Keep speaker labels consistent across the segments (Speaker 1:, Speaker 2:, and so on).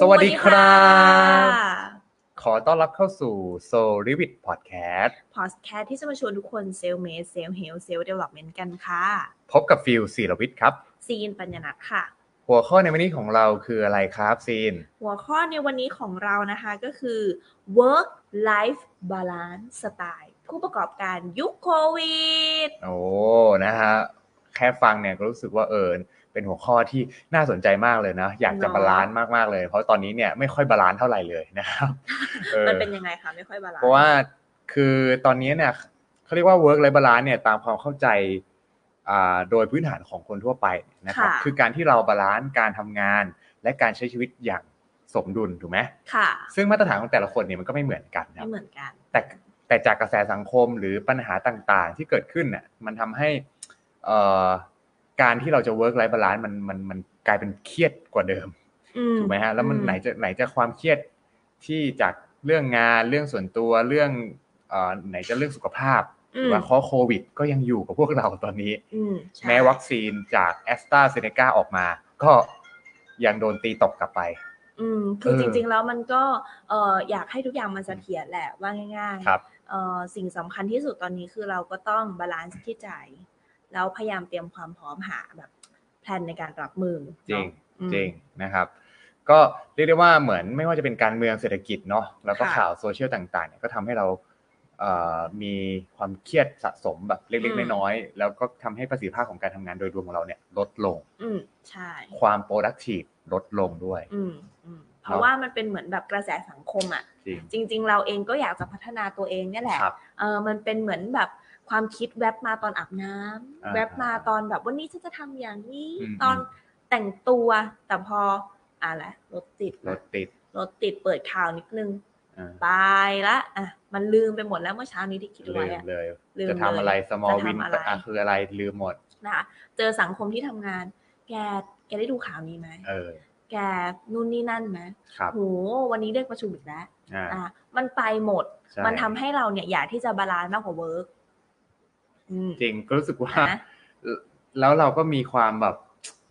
Speaker 1: สวัสดีครับ
Speaker 2: ค่ะ
Speaker 1: ขอต้อนรับเข้าสู่ Soul Revit Podcast
Speaker 2: พอดแคสต์ที่จะมาชวนทุกคนเซล m เม e เซล l ์เฮลเซล l ์เดเวล็อปเมนต์กันค่ะ
Speaker 1: พบกับฟิลศิรวิทย์ครับ
Speaker 2: ซีนปัญญนัทค่ะ
Speaker 1: หัวข้อในวันนี้ของเราคืออะไรครับซีน
Speaker 2: หัวข้อในวันนี้ของเรานะคะก็คือ work life balance style ผู้ประกอบการยุคโควิด
Speaker 1: โอ้ นะฮะ แค่ฟังเนี่ยก็รู้สึกว่าเออเป็นหัวข้อที่น่าสนใจมากเลยนะ อยากจะ
Speaker 2: เนอะ
Speaker 1: บาลานซ์มากๆเลย เพราะตอนนี้เนี่ยไม่ค่อยบาลานซ์เท่าไหร่เลย นะครับเออ
Speaker 2: มันเป็นยังไงคะไม่ค่อยบาลานซ์
Speaker 1: เพราะว่าคือตอนนี้เนี่ยเขาเรียกว่า work life balance เนี่ยตามความเข้าใจอ่าโดยพื้นฐานของคนทั่วไปนะครับคือการที่เราบาลานซ์การทำงาน และการใช้ชีวิตอย่างสมดุลถูกไหม
Speaker 2: ค่ะ
Speaker 1: ซึ่งมาตรฐานของแต่ละคนเนี่ยมันก็ไม่เหมือนกันนะค
Speaker 2: ไม่
Speaker 1: รับ
Speaker 2: เหมือนกัน
Speaker 1: แต่แต่จากกระแสสังคมหรือปัญหาต่างๆ ที่เกิดขึ้นน่ะมันทำให้เอ่อการที่เราจะ work life balance มันมันมันกลายเป็นเครียดกว่าเดิม
Speaker 2: อื
Speaker 1: ถูกไหมฮะแล้วมัน
Speaker 2: อื
Speaker 1: ไหนจะไหนจะความเครียดที่จากเรื่องงานเรื่องส่วนตัวเรื่องเอ่อไหนจะเรื่องสุขภาพห
Speaker 2: อื
Speaker 1: รือ
Speaker 2: ม
Speaker 1: ว่าข้อโควิด ก็ยังอยู่กับพวกเราตอนนี้
Speaker 2: อืมใช่
Speaker 1: แม้วัคซีนจากแอสตราเซเนกาออกมา ก็ยังโดนตีตกกลับไป
Speaker 2: อืมคือ
Speaker 1: เออ
Speaker 2: จริง ๆ แล้วมันก็เอ่ออยากให้ทุกอย่างมันเสถียรแหละว่าง่ายๆ
Speaker 1: ครับ
Speaker 2: เอ่อสิ่งสำคัญที่สุดตอนนี้คือเราก็ต้องบาลานซ์ที่ใจแล้วพยายามเตรียมความพร้อมหาแบบแผนในการรับมือ
Speaker 1: จริง
Speaker 2: เนาะอืม
Speaker 1: จริงนะครับ ก็เรียกได้ว่าเหมือนไม่ว่าจะเป็นการเมืองเศรษฐกิจเนาะแล้วก็
Speaker 2: ค่ะ
Speaker 1: ข่าวโซเชียลต่างๆเนี่ยก็ทำให้เราเอ่อมีความเครียดสะสมแบบเล็ก
Speaker 2: อืม
Speaker 1: ๆน้อยๆแล้วก็ทำให้ประสิทธิภาพของการทำงานโดยรวมของเราเนี่ยลดลง
Speaker 2: อืมใช่
Speaker 1: ความ productive ลดลงด้วย
Speaker 2: อืมอืมเพ
Speaker 1: เน
Speaker 2: ราะ
Speaker 1: อะ
Speaker 2: ว่ามันเป็นเหมือนแบบกระแสสังคมอ่ะ
Speaker 1: จริง
Speaker 2: จริง ๆ เราเองก็อยากจะพัฒนาตัวเองเนี่ยแหละ
Speaker 1: ครับ
Speaker 2: เออมันเป็นเหมือนแบบความคิดแวบมาตอนอาบน้ำ
Speaker 1: อ่า
Speaker 2: แวบมาตอนแบบวันนี้ฉันจะทำอย่างนี้
Speaker 1: อืม
Speaker 2: ตอนแต่งตัวแต่พออะไรรถติด
Speaker 1: รถติด
Speaker 2: รถติดเปิดข่าวนิดนึง
Speaker 1: อ่า
Speaker 2: ไปละอ่ะมันลืมไปหมดแล้วเมื่อเช้านี้ที่คิด
Speaker 1: ลื
Speaker 2: ไว้
Speaker 1: ม
Speaker 2: อะ
Speaker 1: เลย
Speaker 2: ลืม
Speaker 1: จะทำอะไร
Speaker 2: เลย
Speaker 1: small
Speaker 2: จะทำ
Speaker 1: win
Speaker 2: อะไร
Speaker 1: อ่ะคืออะไรลืมหมด
Speaker 2: นะคะเจอสังคมที่ทำงาน แกแกได้ดูข่าวนี้ไหม
Speaker 1: เออ
Speaker 2: แกนู่นนี่นั่นไหม
Speaker 1: ครับ
Speaker 2: โหวันนี้เรียกประชุมอีกแล้ว
Speaker 1: อ่า
Speaker 2: อ่ะมันไปหมด
Speaker 1: ใช่
Speaker 2: มันทำให้เราเนี่ยอยากที่จะบาลานซ์มากกว่าเวิร์กอืม
Speaker 1: จริงก็รู้สึกว่า
Speaker 2: นะ
Speaker 1: แล้วเราก็มีความแบบ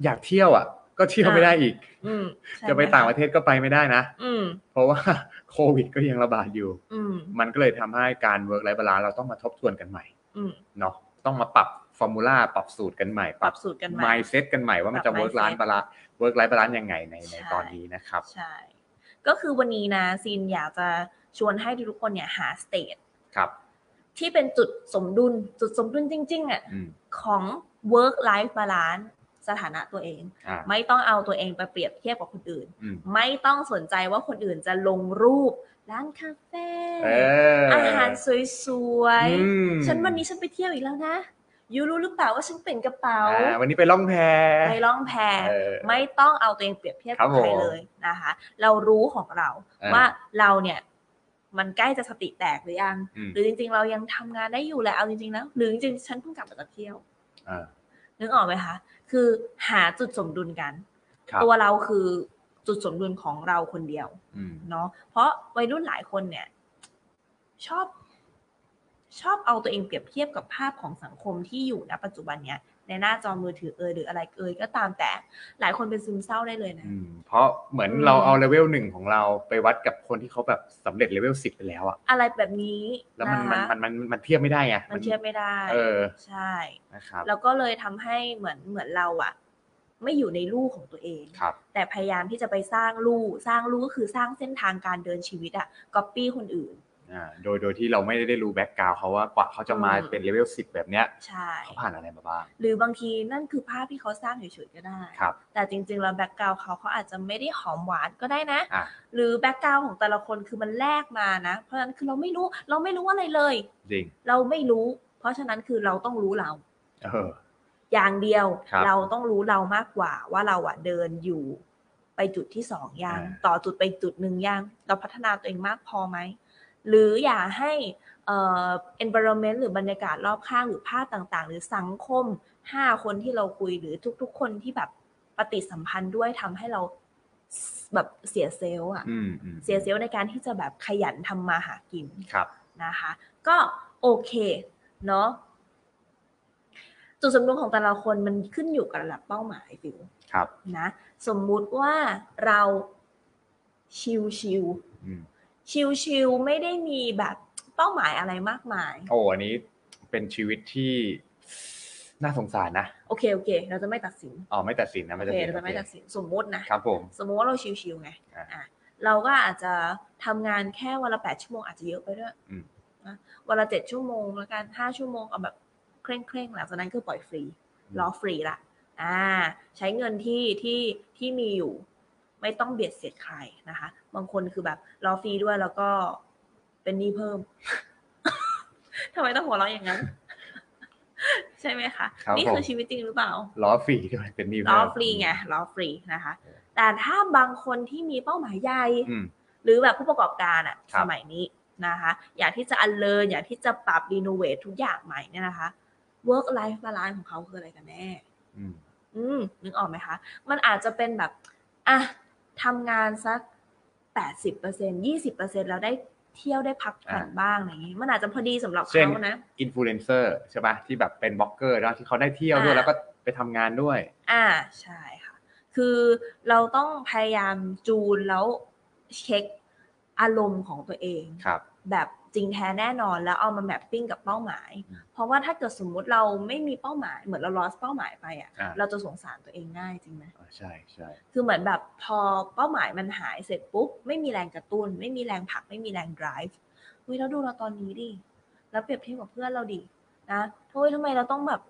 Speaker 1: อยากเที่ยวอ่ะ ก็เที่ยว
Speaker 2: อ่า
Speaker 1: ไม่ได้อีก
Speaker 2: อืมใช่หม
Speaker 1: จะไปต่างประเทศก็ไปไม่ได้นะ
Speaker 2: อืม
Speaker 1: เพราะว่า โควิดก็ยังระบาดอยู่
Speaker 2: อืม
Speaker 1: มันก็เลยทำให้การ work life balance เราต้องมาทบทวนกันใหม่
Speaker 2: อืม
Speaker 1: เนาะต้องมาปรับฟอร์มูลาปรับสูตรกันใหม่
Speaker 2: ปรับสูตรกันใหม่
Speaker 1: mindset กันใหม่ว่ามันจะ
Speaker 2: ปรับ
Speaker 1: work
Speaker 2: mindset
Speaker 1: life balance work life balance ยังไงใน
Speaker 2: ใช่
Speaker 1: ในตอนนี้นะครับ
Speaker 2: ใช่ ก็คือวันนี้นะซีนอยากจะชวนให้ทุกๆคนเนี่ยหาสเตท
Speaker 1: ครับ
Speaker 2: ที่เป็นจุดสมดุล จุดสมดุลจริงๆอ่ะ
Speaker 1: อืม
Speaker 2: ของ work life balance สถานะตัวเอง
Speaker 1: อ่า
Speaker 2: ไม่ต้องเอาตัวเองไปเปรียบเทียบกับคนอื่น
Speaker 1: อืม
Speaker 2: ไม่ต้องสนใจว่าคนอื่นจะลงรูป ร้านคาเฟ่
Speaker 1: เออ
Speaker 2: อา
Speaker 1: อา
Speaker 2: หารสวยๆ ฉันวันนี้
Speaker 1: อ
Speaker 2: ฉันไปเที่ยวอีกแล้วนะยูรู้หรือเปล่าว่าฉันเป็นกระเป๋า
Speaker 1: ่าวันนี้ไปล่องแพ
Speaker 2: ไปล่องแพ
Speaker 1: เออ
Speaker 2: ไม่ต้องเอาตัวเองเปรียบเทียบ
Speaker 1: ครั
Speaker 2: กับบ ใคร
Speaker 1: ผม
Speaker 2: เลยนะคะ เรารู้ของเรา
Speaker 1: เออ
Speaker 2: ว่าเราเนี่ย มันใกล้จะสติแตกหรือยัง
Speaker 1: อืม
Speaker 2: หรือจริง ๆ เรายังทำงานได้อยู่แหละเอาจริงๆนะหรือจริงๆฉันเพิ่งกลับมาจากเที่ยว
Speaker 1: อ่า
Speaker 2: นึกออกไหมคะ คือหาจุดสมดุลกัน
Speaker 1: ครับ
Speaker 2: ตัวเราคือจุดสมดุลของเราคนเดียว
Speaker 1: อืม
Speaker 2: เนาะ เพราะวัยรุ่นหลายคนเนี่ย ชอบ ชอบเอาตัวเองเปรียบเทียบกับภาพของสังคมที่อยู่ณปัจจุบันเนี้ยในหน้าจอมือถือเอยหรืออะไรเอยก็ตามแต่ หลายคนเป็นซึมเศร้าได้เลยนะ
Speaker 1: อืมเพราะเหมือน
Speaker 2: อืม
Speaker 1: เราเอาเลเวลหนึ่งของเราไปวัดกับคนที่เขาแบบสำเร็จเลเวลสิบไปแล้วอะ
Speaker 2: อะไรแบบนี้
Speaker 1: แล้วมันมัน
Speaker 2: นะคะ
Speaker 1: มันมันมันมันเทียบไม่ได้ไง
Speaker 2: มันเทียบไม่ได้
Speaker 1: เออ
Speaker 2: ใช่
Speaker 1: นะครับ
Speaker 2: แล้วก็เลยทำให้เหมือนเหมือนเราอะไม่อยู่ในลู่ของตัวเอง
Speaker 1: ครับ
Speaker 2: แต่พยายามที่จะไปสร้างลู่สร้างลู่ก็คือสร้างเส้นทางการเดินชีวิตอะก๊อปปี้คนอื่น
Speaker 1: อ่าโดยโดยที่เราไม่ได้รู้แบ็กกราวเขาว่ากว่าเขาจะมา
Speaker 2: อืม
Speaker 1: เป็นเลเวลสิบแบบเนี้ย
Speaker 2: ใช่
Speaker 1: เขาผ่านอะไรมาบ้าง
Speaker 2: หรือบางทีนั่นคือภาพที่เขาสร้างเฉยๆก็ได้
Speaker 1: ครับ
Speaker 2: แต่จริงๆแล้วแบ็กกราวเขาเขาอาจจะไม่ได้หอมหวานก็ได้นะ
Speaker 1: อ่ะ
Speaker 2: หรือแบ็กกราวของแต่ละคนคือมันแลกมานะ เพราะฉะนั้นคือเราไม่รู้เราไม่รู้อะไรเลย
Speaker 1: จริง
Speaker 2: เราไม่รู้ เพราะฉะนั้นคือเราต้องรู้เรา
Speaker 1: เออ
Speaker 2: อย่างเดียว
Speaker 1: ครับ
Speaker 2: เราต้องรู้เรามากกว่าว่าเราอะเดินอยู่ไปจุดที่สองยัง
Speaker 1: อ่า
Speaker 2: ต่อจุดไปจุดหนึ่งยังเราพัฒนาตัวเองมากพอไหม หรืออย่าให้เอ่อ environment หรือบรรยากาศรอบข้างหรือภาพต่างๆ หรือสังคม 5 คนที่เราคุยหรือทุกๆ คนที่แบบปฏิสัมพันธ์ด้วยทำให้เราแบบเสียเซลล์อะ
Speaker 1: อืมอืม
Speaker 2: เสียเซลล์ในการที่จะแบบขยันทำมาหากิน
Speaker 1: ครับ
Speaker 2: นะคะก็โอเคเนาะจุดสมดุลของแต่ละคนมันขึ้นอยู่กับระดับเป้าหมายฟิว
Speaker 1: ครับ
Speaker 2: นะ สมมุติว่าเรา ชิลชิล
Speaker 1: อืม
Speaker 2: ชิลชิลๆไม่ได้มีแบบเป้าหมายอะไรมากมาย
Speaker 1: โอ้อันนี้เป็นชีวิตที่น่าสงสารนะ
Speaker 2: โอเคโอเค เราจะไม่ตัดสิน
Speaker 1: อ๋อไม่ตัดสินนะ
Speaker 2: โอ
Speaker 1: ไม่ตัด
Speaker 2: เค
Speaker 1: สิน
Speaker 2: เราจะไม่
Speaker 1: โอเค
Speaker 2: ตัดสินสมมุตินะ
Speaker 1: ครับผม
Speaker 2: สมมติว่าเราชิวๆไง
Speaker 1: อ่ะ
Speaker 2: อ่ะเราก็อาจจะทำงานแค่วันละแปดชั่วโมงอาจจะเยอะไปด้วย
Speaker 1: อืม
Speaker 2: นะวันละเจ็ดชั่วโมงแล้วกันห้าชั่วโมงเอาแบบเคร่งเคร่งๆหลังจากนั้นก็ปล่อยฟรีล้อฟรีละอ่า ใช้เงินที่ที่ที่มีอยู่ ไม่ต้องเบียดเสียดใครนะคะ บางคนคือแบบล้อฟรีด้วยแล้วก็เป็นหนี้เพิ่ม ทำไมต้องหัวเราะอย่างนั้น ใช่ไหมคะ
Speaker 1: ครับ
Speaker 2: นี่คือ
Speaker 1: ผม
Speaker 2: ชีวิตจริงหรือเปล่า
Speaker 1: ล้อฟรีด้วยเป็นหนี่
Speaker 2: ล้
Speaker 1: เพิ่
Speaker 2: อ
Speaker 1: ม
Speaker 2: ฟรีไงล้อฟรีนะคะ แต่ถ้าบางคนที่มีเป้าหมายใหญ่
Speaker 1: อืม
Speaker 2: หรือแบบผู้ประกอบการอะ
Speaker 1: ค
Speaker 2: ส
Speaker 1: รับ
Speaker 2: มัยนี้นะคะ อยากที่จะอันเลินอยากที่จะปรับรีโนเวททุกอย่างใหม่เนี่ยนะคะ work life balance ของเขาคืออะไรกันแน่
Speaker 1: อืม
Speaker 2: อืมนึกออกไหมคะ มันอาจจะเป็นแบบอ่ะทำงานสักแปดสิบเปอร์เซ็นยี่สิบเปอร์เซ็นแล้วได้เที่ยวได้พักผ่อนบ้างอะไรอย่างนี้ มันอาจจะพอดีสำหรับ
Speaker 1: เช่น
Speaker 2: เขานะ
Speaker 1: อินฟลูเอนเซอร์ใช่ปะที่แบบเป็นบล็อกเกอร์แล้วที่เขาได้เที่ยวด้วย
Speaker 2: อ่า
Speaker 1: แล้วก็ไปทำงานด้วย
Speaker 2: อ่าใช่ค่ะ คือเราต้องพยายามจูนแล้วเช็คอารมณ์ของตัวเอง
Speaker 1: ครับ
Speaker 2: แบบจริงแท้แน่นอนแล้วเอามาแมปปิ้งกับเป้าหมาย
Speaker 1: อืม
Speaker 2: เพราะว่าถ้าเกิดสมมุติเราไม่มีเป้าหมาย เหมือนเรา lost เป้าหมายไปอ่ะ
Speaker 1: อ่า
Speaker 2: เราจะสงสารตัวเองง่ายจริงไหม
Speaker 1: อ่าใช่ใช่
Speaker 2: คือเหมือนแบบพอเป้าหมายมันหายเสร็จปุ๊บไม่มีแรงกระตุ้น ไม่มีแรงผลักไม่มีแรง drive เฮ้ยแล้วดูเราตอนนี้ดิแล้วเปรียบเทียบกับเพื่อนเราดินะโอ้ยทำไมเราต้องแบบ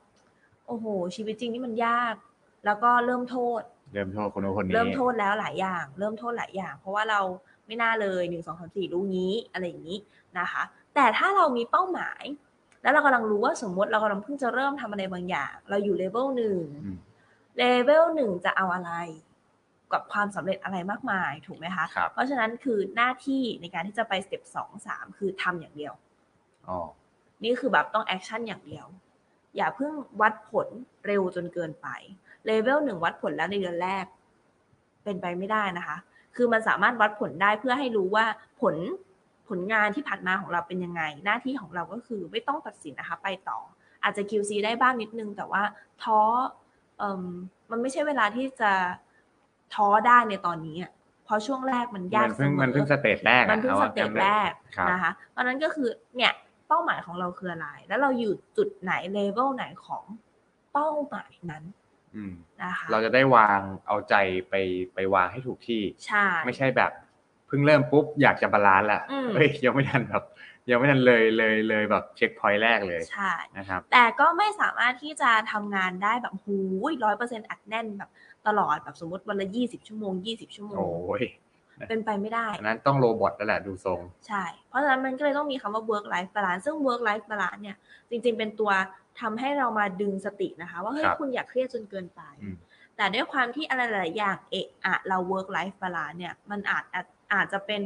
Speaker 2: โอ้โห ชีวิตจริงนี่มันยาก แล้วก็เริ่มโทษ
Speaker 1: เริ่มโทษคนโน้นคนนี้
Speaker 2: เริ่มโทษแล้วหลายอย่าง เริ่มโทษหลายอย่าง เพราะว่าเราไม่น่าเลยหนึ่งสองสามสี่รู้งี้อะไรอย่างนี้นะคะ แต่ถ้าเรามีเป้าหมาย แล้วเรากำลังรู้ว่าสมมติเรากำลังเพิ่งจะเริ่มทำอะไรบางอย่าง เราอยู่เลเวลหนึ่ง
Speaker 1: อืม
Speaker 2: เลเวลหนึ่งจะเอาอะไร กับความสำเร็จอะไรมากมายถูกไหมคะ
Speaker 1: ครับ
Speaker 2: เพราะฉะนั้นคือหน้าที่ในการที่จะไปสเต็ปสองสามคือทำอย่างเดียว
Speaker 1: อ๋อ
Speaker 2: นี่คือแบบต้องแอคชั่นอย่างเดียว อย่าเพิ่งวัดผลเร็วจนเกินไป เลเวลหนึ่งวัดผลแล้วในเดือนแรก เป็นไปไม่ได้นะคะ คือมันสามารถวัดผลได้เพื่อให้รู้ว่าผลผลงานที่ผ่านมาของเราเป็นยังไง หน้าที่ของเราก็คือไม่ต้องตัดสินนะคะ ไปต่อ อาจจะ QC ได้บ้างนิดนึง แต่ว่าท้อเอิ่มมันไม่ใช่เวลาที่จะท้อได้ในตอนนี้อะเพราะช่วงแรกมันยา
Speaker 1: มั
Speaker 2: ก
Speaker 1: น
Speaker 2: เส
Speaker 1: เพิ่ง
Speaker 2: มอ
Speaker 1: มันเพิ่งสเตจแรกอะ
Speaker 2: มันเพิ่ง
Speaker 1: อา
Speaker 2: ส
Speaker 1: ว่า
Speaker 2: เต็ป
Speaker 1: จำได้
Speaker 2: แรก
Speaker 1: ครับ
Speaker 2: นะคะเพราะฉะนั้นก็คือเนี่ยเป้าหมายของเราคืออะไร แล้วเราอยู่จุดไหนเลเวลไหนของเป้าหมายนั้น
Speaker 1: อืม
Speaker 2: นะคะ
Speaker 1: เราจะได้วางเอาใจไปไปวางให้ถูกที่
Speaker 2: ใช่
Speaker 1: ไม่ใช่แบบเพิ่งเริ่มปุ๊บอยากจะบาลานซ์ละ
Speaker 2: อืม
Speaker 1: เฮ้ยยังไม่ทันแบบยังไม่ทันเลยเลยเลยแบบเช็คพอยต์แรกเลย
Speaker 2: ใช่
Speaker 1: นะครับ
Speaker 2: แต่ก็ไม่สามารถที่จะทำงานได้แบบหูร้อยเปอร์เซ็นต์อัดแน่นแบบตลอดแบบสมมติวันละยี่สิบชั่วโมงยี่สิบชั่วโม
Speaker 1: โอ้
Speaker 2: ง
Speaker 1: ย
Speaker 2: เป็นไปไม่ได้
Speaker 1: อันนั้นต้องโรบอทแล้วแหละดูทรง
Speaker 2: ใช่ เพราะฉะนั้นมันก็เลยต้องมีคำว่า work life balance ซึ่ง work life balance เนี่ย จริงๆ เป็นตัวทำให้เรามาดึงสตินะคะ ว่าเฮ้ย
Speaker 1: ครับ
Speaker 2: คุณอย่าเครียดจนเกินไป
Speaker 1: อืม
Speaker 2: แต่ด้วยความที่อะไรหลายๆอย่างเอะอะเรา work life balance เนี่ย มันอาจอาจอาจจะเป็น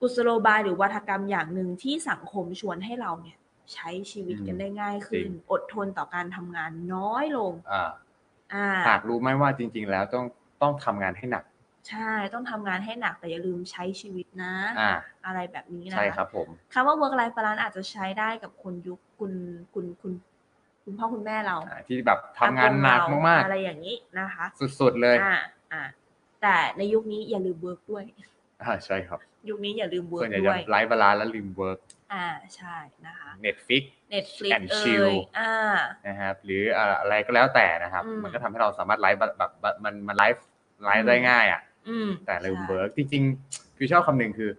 Speaker 2: กุศโลบายหรือวัฒกรรมอย่างหนึ่งที่สังคมชวนให้เราเนี่ย ใช้ชีวิตกันได้ง่ายขึ้น อดทนต่อการทำงานน้อยลง
Speaker 1: อ่า
Speaker 2: อ่า
Speaker 1: หากรู้ไหมว่าจริง ๆ แล้วต้องต้องทำงานให้หนัก
Speaker 2: ใช่ต้องทำงานให้หนักแต่อย่าลืมใช้ชีวิตนะ
Speaker 1: อ่า
Speaker 2: อะไรแบบนี้นะ
Speaker 1: ใช่
Speaker 2: คะ
Speaker 1: ครับผม
Speaker 2: คำว่า work life balance อาจจะใช้ได้กับคนยุคคุณคุณคุณคุณพ่อคุณแม่เรา
Speaker 1: อ่าที่แบบทำงานหนัก
Speaker 2: อเร
Speaker 1: มาก
Speaker 2: อะไรอย่างนี้นะคะ
Speaker 1: ๆ สุดๆเลย
Speaker 2: อ่าอ่าแต่ในยุคนี้อย่าลืม work ด้วย
Speaker 1: อ่าใช่ครับ
Speaker 2: ยุคนี้อย่าลืม
Speaker 1: ส่ว
Speaker 2: work
Speaker 1: นใหญ่
Speaker 2: ด้
Speaker 1: จะ
Speaker 2: วย
Speaker 1: ไลฟ์บาลานซ์และริมเวิร์ก
Speaker 2: อ่าใช่นะคะ
Speaker 1: เน็ตฟิก
Speaker 2: Netflix
Speaker 1: and
Speaker 2: เอ่
Speaker 1: chill
Speaker 2: ยอ่า
Speaker 1: นะครับหรืออ่าอะไรก็แล้วแต่นะครับ
Speaker 2: อืม
Speaker 1: มันก็ทำให้เราสามารถไลฟ์แบบแบบแบบมันมันไลฟ์ไลฟ์ได้ง่ายอ่ะ
Speaker 2: อืม
Speaker 1: แต่ลืม
Speaker 2: ใช่
Speaker 1: เวิร์กจริงๆคือชอบคำหนึ่งคือ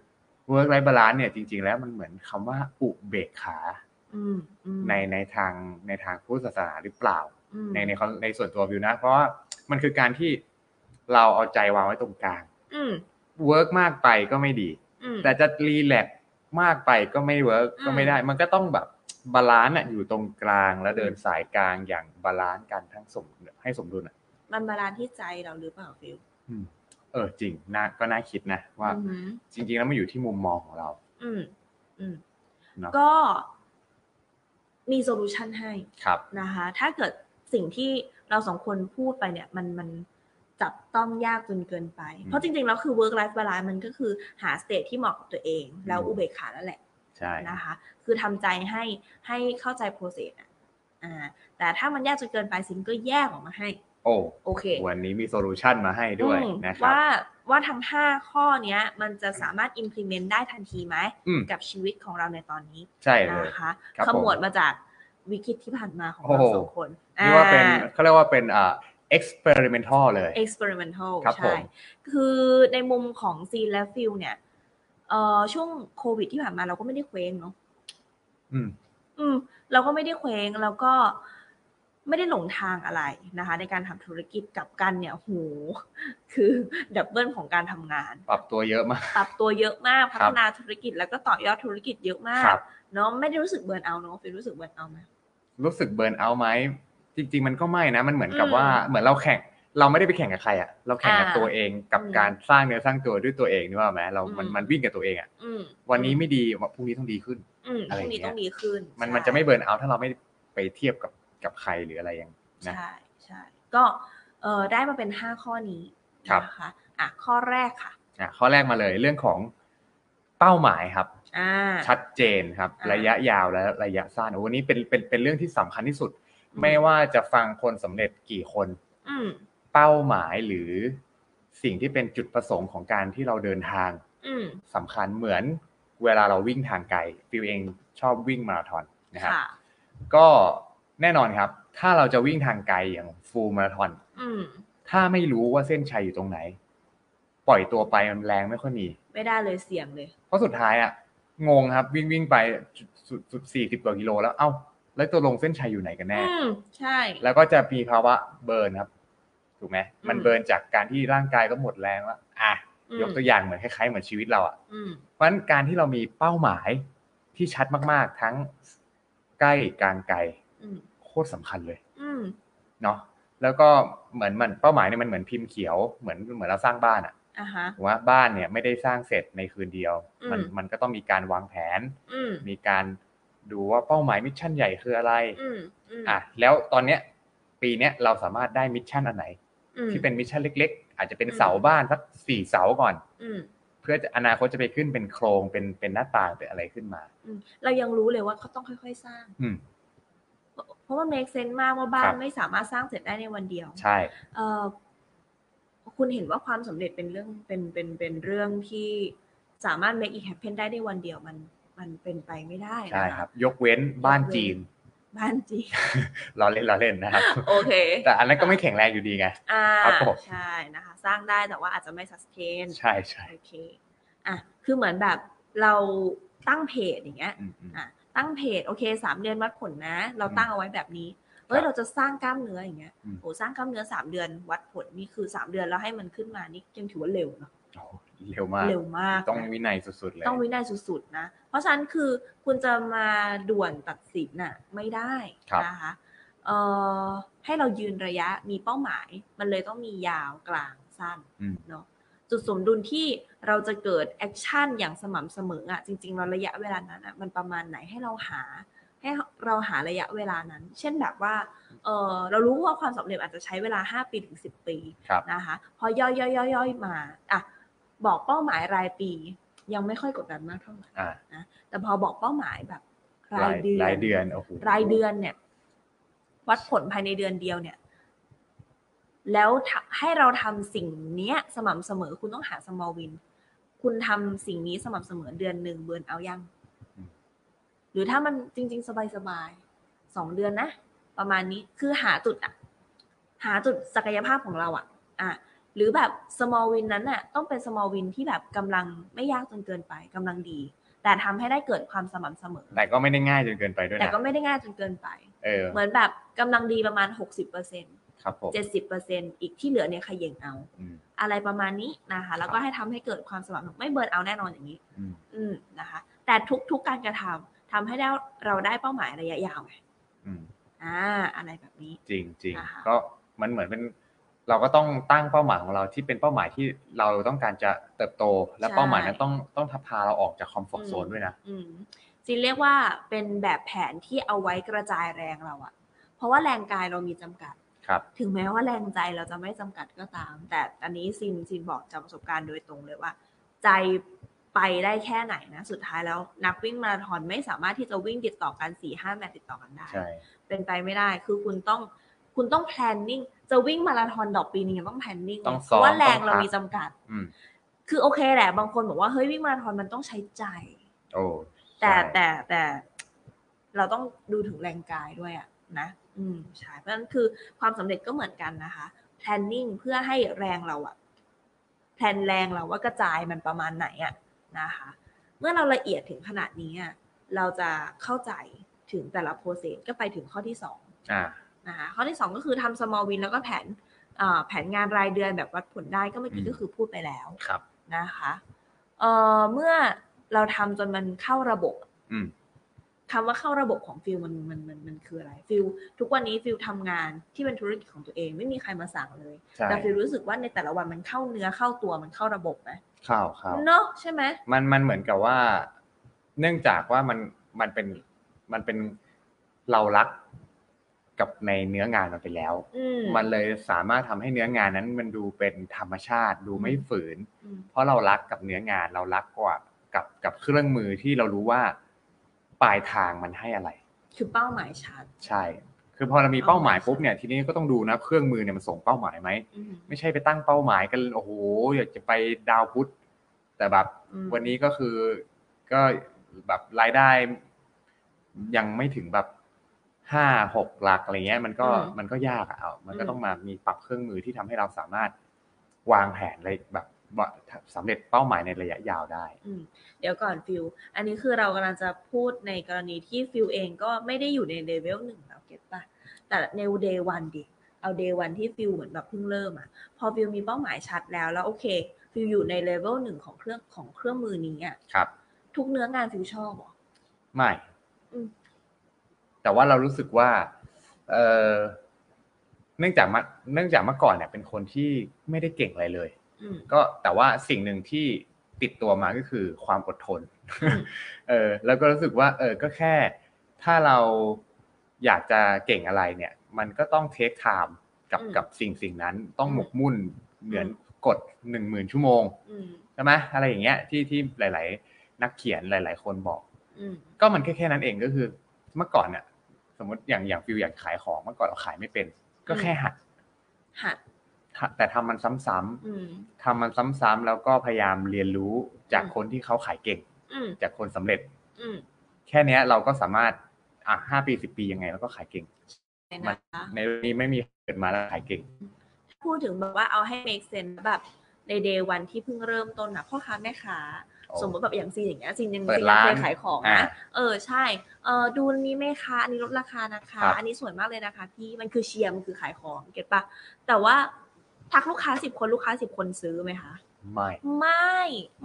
Speaker 1: เวิร์กไลฟ์บาลานซ์เนี่ยจริง ๆ แล้วมันเหมือนคำว่าอุเบกขา
Speaker 2: อืมอืม
Speaker 1: ในในทางในทางพุทธศาสนาหรือเปล่า
Speaker 2: อืม
Speaker 1: ในในในส่วนตัววิวนะ เพราะว่ามันคือการที่เราเอาใจวางไว้ตรงกลาง
Speaker 2: อืม
Speaker 1: เวิร์กมากไปก็ไม่ดี
Speaker 2: อืม
Speaker 1: แต่จะรีแลกซ์มากไปก็ไม่เวิร์ก
Speaker 2: อืม
Speaker 1: ก็ไม่ได้ มันก็ต้องแบบบาลานซ์อะอยู่ตรงกลางแล้วเดินสายกลางอย่างบาลานซ์กันทั้งสมให้สมดุลอะ
Speaker 2: มันบาลานซ์ที่ใจเราหรือเปล่าฟิล
Speaker 1: เออจริงน่าก็น่าคิดนะว่า
Speaker 2: อือหือ
Speaker 1: จริง ๆ แล้วมันอยู่ที่มุมมองของเรา
Speaker 2: อืมอืม
Speaker 1: เนอะ
Speaker 2: ก็มีโซลูชันให้
Speaker 1: ครับ
Speaker 2: นะคะถ้าเกิดสิ่งที่เราสองคนพูดไปเนี่ยมันมันจับต้องยากจนเกินไป
Speaker 1: อืม
Speaker 2: เพราะจริงๆแล้วคือ work life balance มันก็คือหาสเตทที่เหมาะกับตัวเอง แล้ว
Speaker 1: อืม
Speaker 2: อุเบกขาแล้วแหละ
Speaker 1: ใช่
Speaker 2: นะคะ คือทำใจให้ให้เข้าใจ process อะอ่าแต่ถ้ามันยากจนเกินไปสิ่งก็แยกออกมาให้
Speaker 1: โอ้
Speaker 2: โอเค
Speaker 1: วันนี้มีโซลูชันมาให้ด้วย
Speaker 2: อืม
Speaker 1: นะครับ
Speaker 2: ว่า ว่าทั้ง 5 ข้อเนี้ย มันจะสามารถ implement ได้ทันทีไหม
Speaker 1: อืม
Speaker 2: กับชีวิตของเราในตอนนี้
Speaker 1: ใช่เลย
Speaker 2: นะคะ
Speaker 1: ครับ
Speaker 2: ขมวดมาจากวิกฤตที่ผ่านมาของ
Speaker 1: โอ้
Speaker 2: เรา
Speaker 1: โห
Speaker 2: สองคน
Speaker 1: นี่ว่าเป็น
Speaker 2: อ่
Speaker 1: เขาเรียกว่าเป็นอ่า experimental เลย
Speaker 2: experimental
Speaker 1: ครับผ
Speaker 2: ใช่
Speaker 1: ม
Speaker 2: คือในมุมของซีนและฟิลเนี่ยเอ่อช่วงโควิดที่ผ่านมาเราก็ไม่ได้เคว้งเนาะ
Speaker 1: อืม
Speaker 2: อืมเราก็ไม่ได้เคว้งแล้วก็ไม่ได้หลงทางอะไรนะคะ ในการทำธุรกิจกลับกันเนี่ยโห คือดับเบิลของการทำงาน
Speaker 1: ปรับตัวเยอะมาก
Speaker 2: ปรับตัวเยอะมาก
Speaker 1: ครั
Speaker 2: พั
Speaker 1: บ
Speaker 2: ฒนาธุรกิจแล้วก็ต่อยอดธุรกิจเยอะมา
Speaker 1: ครั
Speaker 2: ก
Speaker 1: บ
Speaker 2: เนาะไม่ได้รู้สึกเบิร์นเอาท์เนาะฟิลรู้สึกเบิร์นเอาท์ไหม
Speaker 1: รู้สึกเบิร์นเอาท์ไหมจริง ๆ มันก็ไม่นะ มันเหมือนกับ
Speaker 2: อืม
Speaker 1: ว่าเหมือนเราแข่ง เราไม่ได้ไปแข่งกับใครอะเราแข่งกับ
Speaker 2: อ่า
Speaker 1: ตัวเองกับ
Speaker 2: อืม
Speaker 1: การสร้างเนื้อสร้างตัวด้วยตัวเองนี่ว่าไหมเรา มัน
Speaker 2: อืม
Speaker 1: มันวิ่งกับตัวเองอะ
Speaker 2: อืม
Speaker 1: วันนี้ไม่ดีวันพรุ่งนี้ต้องดีขึ้น
Speaker 2: อืม
Speaker 1: อะไร
Speaker 2: พรุ่งนี้
Speaker 1: อย่างเงี้ย
Speaker 2: ต้องดีขึ้น
Speaker 1: มัน
Speaker 2: ใช่
Speaker 1: มันจะไม่เบิร์นเอาท์ถ้าเราไม่ไปเทียบกับกับใครหรืออะไรอย่าง นะ
Speaker 2: ใช่ใช่ก็เออได้มาเป็นห้าข้อนี้
Speaker 1: ครับ
Speaker 2: นะคะอ่ะข้อแรกค่ะ
Speaker 1: อ่ะข้อแรกมาเลยเรื่องของเป้าหมายครับ
Speaker 2: อ่า
Speaker 1: ชัดเจนครับ
Speaker 2: อ่า
Speaker 1: ระยะยาวและระยะสั้นโอ้วันนี้เป็นเป็นเป็นเรื่องที่สำคัญที่สุด ไม่ว่าจะฟังคนสำเร็จกี่คน
Speaker 2: อืม
Speaker 1: เป้าหมายหรือสิ่งที่เป็นจุดประสงค์ของการที่เราเดินทาง
Speaker 2: อืม
Speaker 1: สำคัญเหมือนเวลาเราวิ่งทางไกลฟิวเองชอบวิ่งมาราธอนนะครับ
Speaker 2: ค่ะ
Speaker 1: ก็แน่นอนครับ ถ้าเราจะวิ่งทางไกลอย่างฟูลมาราธอน
Speaker 2: อืม
Speaker 1: ถ้าไม่รู้ว่าเส้นชัยอยู่ตรงไหน ปล่อยตัวไปมันแรงไม่ค่อยมี
Speaker 2: ไม่ได้เลยเสี่ยงเลย
Speaker 1: เพราะสุดท้ายอะงงครับวิ่งวิ่งไปจุดสุดสุดสี่สิบกว่ากิโลแล้วเอ้า แล้วตัวลงเส้นชัยอยู่ไหนกันแน่
Speaker 2: อืมใช่
Speaker 1: แล้วก็จะมีภาวะเบิร์นครับ ถูกไหมมัน
Speaker 2: อืม
Speaker 1: เบิร์นจากการที่ร่างกายก็หมดแรงแล้วอ่ะ
Speaker 2: อืม
Speaker 1: ยกตัวอย่างเหมือนคล้ายๆเหมือนชีวิตเราอะ
Speaker 2: อืม
Speaker 1: เพราะฉะนั้นการที่เรามีเป้าหมายที่ชัดมากๆ ทั้งใกล้กลางไกล
Speaker 2: อืม
Speaker 1: โคตรสำคัญเลย
Speaker 2: อืม
Speaker 1: เนาะแล้วก็เหมือนมันเป้าหมายเนี่ยมันเหมือนพิมพ์เขียวเหมือนเหมือนเราสร้างบ้านอะ
Speaker 2: อ่ะฮะ
Speaker 1: ว่าบ้านเนี่ยไม่ได้สร้างเสร็จในคืนเดียว
Speaker 2: อืม
Speaker 1: มันมันก็ต้องมีการวางแผน
Speaker 2: อืม
Speaker 1: มีการดูว่าเป้าหมายมิชชั่นใหญ่คืออะไร
Speaker 2: อืมอืม
Speaker 1: อ่ะแล้วตอนเนี้ยปีเนี้ยเราสามารถได้มิชชั่นอันไหน
Speaker 2: อืม
Speaker 1: ที่เป็นมิชชั่นเล็ก ๆ อาจจะเป็น
Speaker 2: อืม
Speaker 1: เสาบ้านสักสี่เสาก่อน
Speaker 2: อืม
Speaker 1: เพื่อจะอนาคตจะไปขึ้นเป็นโครงเป็นเป็นหน้าต่างเป็นอะไรขึ้นมา
Speaker 2: อืมเรายังรู้เลยว่าเขาต้องค่อยๆสร้าง
Speaker 1: อืม
Speaker 2: เพราะว่า make sense มากว่าบ้า
Speaker 1: ครั
Speaker 2: น
Speaker 1: บ
Speaker 2: ไม่สามารถสร้างเสร็จได้ในวันเดียว
Speaker 1: ใช่
Speaker 2: เอ่อคุณเห็นว่าความสำเร็จเป็นเรื่องเป็นเป็นเป็นเรื่องที่สามารถ make it happen ได้ในวันเดียวมัน มันเป็นไปไม่ได้นะะ
Speaker 1: ใช่ครับ ยกเว้นบ้านจีน
Speaker 2: บ้านจีน
Speaker 1: เราเล่นเราเล่น นะครับ
Speaker 2: โอเค
Speaker 1: แต่อันนั้นก็ไม่แข็งแรงอยู่ดีไง
Speaker 2: อ่า
Speaker 1: ครับผม
Speaker 2: ใช่นะคะ สร้างได้แต่ว่าอาจจะไม่ sustain
Speaker 1: ใช่ใช่
Speaker 2: โอเคอ่ะคือเหมือนแบบเราตั้งเพจอย่างเงี้ย
Speaker 1: อืมอืม
Speaker 2: อ่ะตั้งเพจโอเคสามเดือนวัดผลนะ เราตั้งเอาไว้แบบนี้เฮ้ย
Speaker 1: ครับ
Speaker 2: เราจะสร้างกล้ามเนื้ออย่างเงี้ย
Speaker 1: อืม
Speaker 2: โอ้สร้างกล้ามเนื้อสามเดือนวัดผลนี่คือสามเดือนแล้วให้มันขึ้นมานี่ยังถือว่าเร็วเนอะ
Speaker 1: โอ้โหเร็วมาก
Speaker 2: เร็วมาก
Speaker 1: ต้อง
Speaker 2: นะ
Speaker 1: วินัยสุดๆเลย
Speaker 2: ต้องวินัยสุดๆนะ เพราะฉะนั้นคือคุณจะมาด่วนตัดสินน่ะไม่ได้
Speaker 1: ครับ
Speaker 2: นะคะเอ่อให้เรายืนระยะมีเป้าหมาย มันเลยต้องมียาวกลางสั้น
Speaker 1: อืม
Speaker 2: เนาะจุดสมดุลที่เราจะเกิดแอคชั่นอย่างสม่ำเสมออ่ะจริงๆเราระยะเวลานั้นอ่ะมันประมาณไหนให้เราหา ให้เราหาระยะเวลานั้น เช่นแบบว่าเออเรารู้ว่าความสำเร็จอาจจะใช้เวลา 5 ปีถึง 10 ปี
Speaker 1: ครับ
Speaker 2: นะคะพอย่อยย่อยย่อยย่อยมาอ่ะบอกเป้าหมายรายปี ยังไม่ค่อยกดดันมากเท่าไหร่
Speaker 1: อ่า
Speaker 2: แต่พอบอกเป้าหมายแบบ
Speaker 1: ราร
Speaker 2: ายยเดือน
Speaker 1: รายเดือนโอ้โห
Speaker 2: รายเดือนเนี่ย วัดผลภายในเดือนเดียวเนี่ย แล้วทำให้เราทำสิ่งเนี้ย สม่ำเสมอคุณต้องหา small win คุณทำสิ่งนี้สม่ำเสมอเดือนหนึ่งเบิร์นเอายัง หรือถ้ามันจริง ๆ สบายๆสองเดือนนะ ประมาณนี้คือหาจุดอะหาจุดศักยภาพของเราอะอ่ะหรือแบบ small win นั้นอะต้องเป็น small win ที่แบบกำลังไม่ยากจนเกินไปกำลังดี แต่ทำให้ได้เกิดความสม่ำเสมอ
Speaker 1: แต่ก็ไม่ได้ง่ายจนเกินไปด้วย
Speaker 2: แต่
Speaker 1: นะ
Speaker 2: ก็ไม่ได้ง่ายจนเกินไป
Speaker 1: เออ
Speaker 2: เหมือนแบบกำลังดีประมาณ 60%เ
Speaker 1: ครับผม
Speaker 2: จ็ดสิบเปอร์เซ็นอีกที่เหลือเนี่ยขย่งเอา
Speaker 1: อืม
Speaker 2: อะไรประมาณนี้นะคะ แล้ว
Speaker 1: ค
Speaker 2: ก็
Speaker 1: รับ
Speaker 2: ให้ทำให้เกิดความสม่ำเสมอไม่เบิร์นเอาแน่นอนอย่างนี้
Speaker 1: อืม
Speaker 2: อืมนะคะ แต่ทุกๆการกระทำทำให้ได้เราได้เป้าหมายระยะยาวไง
Speaker 1: อืม
Speaker 2: อ่าอะไรแบบนี้
Speaker 1: จริงจริง
Speaker 2: อ่าฮะ
Speaker 1: ก็มันเหมือนเป็น เราก็ต้องตั้งเป้าหมายของเราที่เป็นเป้าหมายที่เราต้องการจะเติบโต และเป้าหมายนั้นต้องต้องทับพาเราออกจากคอมฟอร์ z โซนด้วยนะ
Speaker 2: อืมจีนเรียกว่าเป็นแบบแผนที่เอาไว้กระจายแรงเราอะเพราะว่าแรงกายเรามีจำกัด
Speaker 1: ครับ
Speaker 2: ถึงแม้ว่าแรงใจเราจะไม่จำกัดก็ตาม แต่อันนี้ซินซินบอกจากประสบการณ์โดยตรงเลยว่า ใจไปได้แค่ไหนนะ สุดท้ายแล้วนักวิ่งมาราธอนไม่สามารถที่จะวิ่งติดต่อกันสี่ห้าแมตช์ติดต่อกันได้
Speaker 1: ใช่
Speaker 2: เป็นไปไม่ได้ คือคุณต้อง คุณต้อง planning จะวิ่งมาราธอนดอกปีหนึงยังต้อง planning
Speaker 1: ต้อง
Speaker 2: เพ
Speaker 1: ซ้อม
Speaker 2: ราะว่าแรง
Speaker 1: ต้อง
Speaker 2: เรา
Speaker 1: พัก
Speaker 2: มีจำกัด
Speaker 1: อืม
Speaker 2: คือโอเคแหละ บางคนบอกว่าเฮ้ยวิ่งมาราธอนมันต้องใช้ใจ
Speaker 1: โอ้
Speaker 2: แต่
Speaker 1: ใช่
Speaker 2: แต่แต่เราต้องดูถึงแรงกายด้วยอะนะ อืมใช่เพราะฉะนั้นคือความสำเร็จก็เหมือนกันนะคะ planning เพื่อให้แรงเราอะแพลนแรงเราว่ากระจายมันประมาณไหนอะนะคะ เมื่อเราละเอียดถึงขนาดนี้อะเราจะเข้าใจถึงแต่ละโปรเซสก็ไปถึงข้อที่สอง
Speaker 1: อ่า
Speaker 2: นะคะข้อที่ 2 ก็คือทำ small win แล้วก็แผนเอ่อแผนงานรายเดือนแบบวัดผลได้ก็เมื่อกี้
Speaker 1: อืม
Speaker 2: ก็คือพูดไปแล้ว
Speaker 1: ครับ
Speaker 2: นะคะเอ่อเมื่อเราทำจนมันเข้าระบบ
Speaker 1: อืม
Speaker 2: คำว่าเข้าระบบของฟิลมันมันมันมันคืออะไรฟิลทุกวันนี้ฟิลทำงานที่เป็นธุรกิจของตัวเองไม่มีใครมาสั่งเลย
Speaker 1: ใช่
Speaker 2: แต่ฟิลรู้สึกว่าในแต่ละวันมันเข้าเนื้อเข้าตัวมันเข้าระบบไหม
Speaker 1: ข้าวข้าว
Speaker 2: เนาะใช่ไหม
Speaker 1: มันมันเหมือนกับว่า เนื่องจากว่ามันมันเป็นมันเป็นเรารักกับในเนื้องานมันไปแล้ว
Speaker 2: อืม
Speaker 1: มันเลยสามารถทำให้เนื้องานนั้น มันดูเป็นธรรมชาติ ดูไม่ฝืน
Speaker 2: อืม
Speaker 1: เพราะเรารักกับเนื้องานเรารักกว่ากับกับเครื่องมือที่เรารู้ว่าปลายทางมันให้อะไร
Speaker 2: คือเป้าหมายชัด
Speaker 1: ใช่ คือพอเรามีเป้าหมาย
Speaker 2: เอาไว้
Speaker 1: ปุ๊บเนี่ยทีนี้ก็ต้องดูนะเครื่องมือเนี่ยมันส่งเป้าหมายไหม
Speaker 2: อืม
Speaker 1: ไม่ใช่ไปตั้งเป้าหมายกันโอ้โหอยากจะไปดาวพุธแต่แบบ
Speaker 2: อืม
Speaker 1: วันนี้ก็คือก็แบบรายได้ ยังไม่ถึงแบบห้าหกหลักอะไรเงี้ย มันก็มันก็ยากอะเอามันก็ต้องมามีปรับเครื่องมือที่ทำให้เราสามารถวางแผนอะไรแบบว่าสำเร็จเป้าหมายในระยะยาวได้
Speaker 2: อืมเดี๋ยวก่อนฟิลอันนี้คือเรากำลังจะพูดในกรณีที่ฟิลเองก็ไม่ได้อยู่ในเลเวลหนึ่งเราเก็ตป่ะ แต่ในเดย์วันดิ เอาเดย์วันที่ฟิลเหมือนแบบเพิ่งเริ่มอะพอฟิลมีเป้าหมายชัดแล้วแล้วโอเคฟิลอยู่ในเลเวลหนึ่งของเครื่องของเครื่องมือนี้อะ
Speaker 1: ครับ
Speaker 2: ทุกเนื้องานฟิลชอบเหรอ
Speaker 1: ไม่
Speaker 2: อืม
Speaker 1: แต่ว่าเรารู้สึกว่า เออเนื่องจากมาเนื่องจากเมื่อก่อนเนี่ย เป็นคนที่ไม่ได้เก่งอะไรเลย
Speaker 2: อืม
Speaker 1: ก็แต่ว่าสิ่งหนึ่งที่ติดตัวมาก็คือความอดทน
Speaker 2: อืม
Speaker 1: เออ แล้วก็รู้สึกว่า เออ ก็แค่ ถ้าเราอยากจะเก่งอะไรเนี่ย มันก็ต้องเทคไทม์กับ
Speaker 2: อืม
Speaker 1: กับสิ่งสิ่งนั้น ต้อง
Speaker 2: อืม
Speaker 1: หมกมุ่นเหมือนกดหนึ่งหมื่นชั่วโมง
Speaker 2: อืม
Speaker 1: ใช่ไหมอะไรอย่างเงี้ยที่ที่หลาย ๆ นักเขียนหลาย ๆ คนบอก
Speaker 2: อืม
Speaker 1: ก็มันแค่แค่นั้นเองก็คือ เมื่อก่อนเนี่ยสมมติอย่างอย่างฟิวอยากขายของเมื่อก่อนเราขายไม่เป็น ก็แค่หัด
Speaker 2: หัด
Speaker 1: หัดแต่ทำมันซ้ำๆ
Speaker 2: อืม
Speaker 1: ทำมันซ้ำๆแล้วก็พยายามเรียนรู้จาก
Speaker 2: อืม
Speaker 1: คนที่เขาขายเก่ง
Speaker 2: อืม
Speaker 1: จากคนสำเร็จ
Speaker 2: อืม
Speaker 1: แค่เนี้ยเราก็สามารถอ่ะห้าปีสิบปียังไงเราก็ขายเก่ง
Speaker 2: ใช่นะคะ
Speaker 1: ในเรื่องนี้ไม่มีเกิดมาแล้วขายเก่ง
Speaker 2: พูดถึงแบบว่าเอาให้ make sense แบบใน day วันที่เพิ่งเริ่มต้นนะพ่อค้าแม่ค้า
Speaker 1: โอ้
Speaker 2: สมมติแบบอย่างซีนอย่างเงี้ยซีนยัง
Speaker 1: เปิด
Speaker 2: ซีนยัง
Speaker 1: ร้าน
Speaker 2: เคยขายของ
Speaker 1: อ่า
Speaker 2: นะเออใช่เออดูอันนี้ไหมคะอันนี้ลดราคานะคะ
Speaker 1: ครับ
Speaker 2: อันนี้สวยมากเลยนะคะพี่มันคือเชียร์มันคือขายของเก็ตปะแต่ว่าทักลูกค้าสิบคนลูกค้าสิบคนซื้อไหมคะ
Speaker 1: ไม่
Speaker 2: ไม่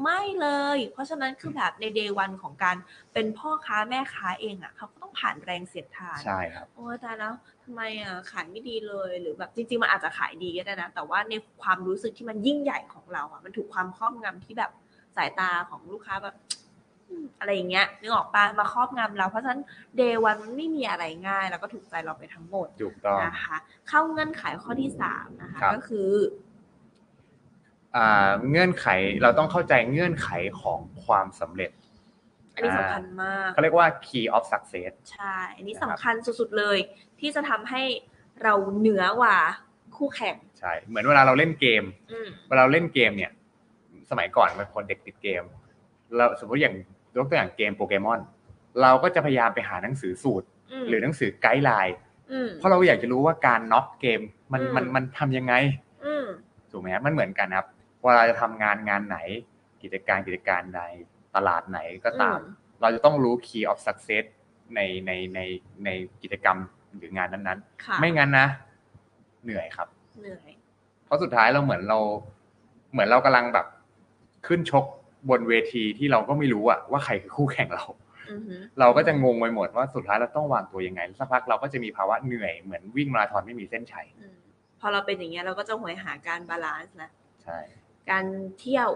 Speaker 2: ไม่เลย เพราะฉะนั้นคือแบบใน day วันของการเป็นพ่อค้าแม่ค้าเองอะ่ะเขาก็ต้องผ่านแรงเสียดทาน
Speaker 1: ใช่ครับ
Speaker 2: โอ้ยตายแล้วทำไมอ่ะขายไม่ดีเลยหรือแบบจริง ๆ มันอาจจะขายดีก็ได้นะ แต่ว่าในความรู้สึกที่มันยิ่งใหญ่ของเราอ่ะมันถูกความครอบงำที่แบบสายตาของลูกค้าแบบ อะไรอย่างเงี้ยนึกออกปะมาครอบงำเรา เพราะฉะนั้นเดวันมันไม่มีอะไรง่าย แล้วก็ถูกใจเราไปทั้งหมด
Speaker 1: ถูกต้อง
Speaker 2: นะคะ เข้าเงื่อนไขข้อที่สามนะคะ
Speaker 1: ครับ
Speaker 2: ก็คือ
Speaker 1: อ่าเงื่อนไขเราต้องเข้าใจเงื่อนไขของความสำเร็จ
Speaker 2: อันนี้สำคัญมาก
Speaker 1: เขาเรียกว่า key of success
Speaker 2: ใช่ อันนี้สำคัญสุดๆเลย ที่จะทำให้เราเหนือกว่าคู่แข่ง
Speaker 1: ใช่เหมือนเวลาเราเล่นเกม
Speaker 2: อืม
Speaker 1: เวลาเราเล่นเกมเนี่ย สมัยก่อนเป็นคนเด็กติดเกม เราสมมติอย่างยกตัวอย่างเกมโปเกมอน เราก็จะพยายามไปหาหนังสือสูตร
Speaker 2: อืม
Speaker 1: หรือหนังสือไกด์ไลน์
Speaker 2: อืม
Speaker 1: เพราะเราอยากจะรู้ว่าการน็อกเกมมัน
Speaker 2: อืม
Speaker 1: มันมันทำยังไง
Speaker 2: อืม
Speaker 1: ถูกไหมฮะมันเหมือนกันครับเวลาจะทำงานงานไหน กิจการกิจการใดตลาดไหนก็ตาม
Speaker 2: อืม
Speaker 1: เราจะต้องรู้ key of success ในในในในกิจกรรมหรืองานนั้น
Speaker 2: ค่ะ
Speaker 1: ๆ ไม่งั้นนะ เหนื่อยครับ
Speaker 2: เหนื่อย
Speaker 1: เพราะสุดท้ายเราเหมือนเรา เหมือนเรากำลังแบบขึ้นชกบนเวทีที่เราก็ไม่รู้อะว่าใครคือคู่แข่งเรา
Speaker 2: อือหือ
Speaker 1: เราก็จะงงไปหมดว่าสุดท้ายเราต้องวางตัวยังไงสักพักเราก็จะมีภาวะเหนื่อยเหมือนวิ่งมาราธอนไม่มีเส้นชัย
Speaker 2: อืมพอเราเป็นอย่างเงี้ยเราก็จะหวยหาการบาลานซ์นะ
Speaker 1: ใช่
Speaker 2: การเที่ยว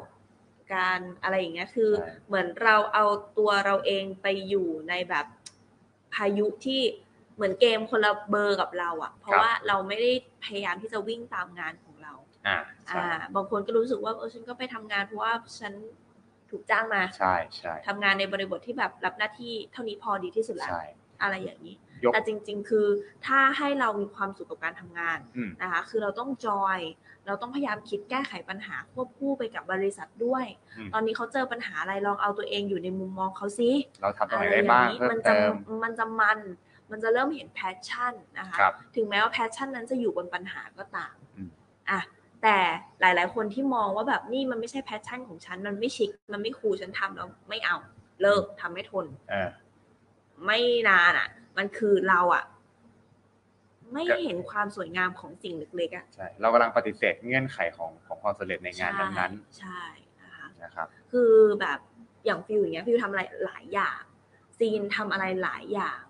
Speaker 2: การอะไรอย่างเงี้ยคือ
Speaker 1: ใช่
Speaker 2: เหมือนเราเอาตัวเราเองไปอยู่ในแบบพายุที่เหมือนเกมคนละเบอร์กับเราอะ่ะ เพราะว่าเราไม่ได้พยายามที่จะวิ่งตามงานของเรา
Speaker 1: อ่าใช่
Speaker 2: อ่า บางคนก็รู้สึกว่าเออฉันก็ไปทำงานเพราะว่าฉันถูกจ้างมา
Speaker 1: ใช่ใช่
Speaker 2: ทำงานในบริบทที่แบบรับหน้าที่เท่านี้พอดีที่สุดแล้ว
Speaker 1: ใช่
Speaker 2: อะไรอย่างนี้
Speaker 1: ยก
Speaker 2: แต่จริง ๆ คือถ้าให้เรามีความสุขกับการทำงาน
Speaker 1: อืม
Speaker 2: นะคะ คือเราต้องจอย เราต้องพยายามคิดแก้ไขปัญหาควบคู่ไปกับบริษัทด้วย
Speaker 1: อืม
Speaker 2: ตอนนี้เขาเจอปัญหาอะไรลองเอาตัวเองอยู่ในมุมมองเขาซิ
Speaker 1: เราทำตร
Speaker 2: อะ
Speaker 1: งไห
Speaker 2: ไรอ
Speaker 1: นได้
Speaker 2: ย่าง
Speaker 1: บ้าง
Speaker 2: นี้
Speaker 1: เพิ่
Speaker 2: มั
Speaker 1: ม
Speaker 2: จะ
Speaker 1: เติม
Speaker 2: มันจะมัน มันจะเริ่มเห็นแพชชั่นนะคะ
Speaker 1: ครับ
Speaker 2: ถึงแม้ว่าแพชชั่นนั้นจะอยู่บนปัญหาก็ตาม
Speaker 1: อืม
Speaker 2: อ่ะแต่หลาย ๆ คนที่มองว่าแบบนี่มันไม่ใช่แพชชั่นของฉัน มันไม่ชิค มันไม่คูลฉันทำแล้วไม่เอา เลิกทำไม่ทน
Speaker 1: เออ
Speaker 2: ไม่นานอ่ะ มันคือเราอ่ะ ไม่เห็นความสวยงามของสิ่งเล็กๆอ่ะ
Speaker 1: ใช่เรากำลังปฏิเสธเงื่อนไขของของความสำเร็จในงานนั้น
Speaker 2: ใช่ใช่นะคะ
Speaker 1: ๆนะครับ
Speaker 2: คือแบบอย่างฟิวอย่างเงี้ยฟิวทำอะไรหลายอย่างซีนทำอะไรหลายอย่าง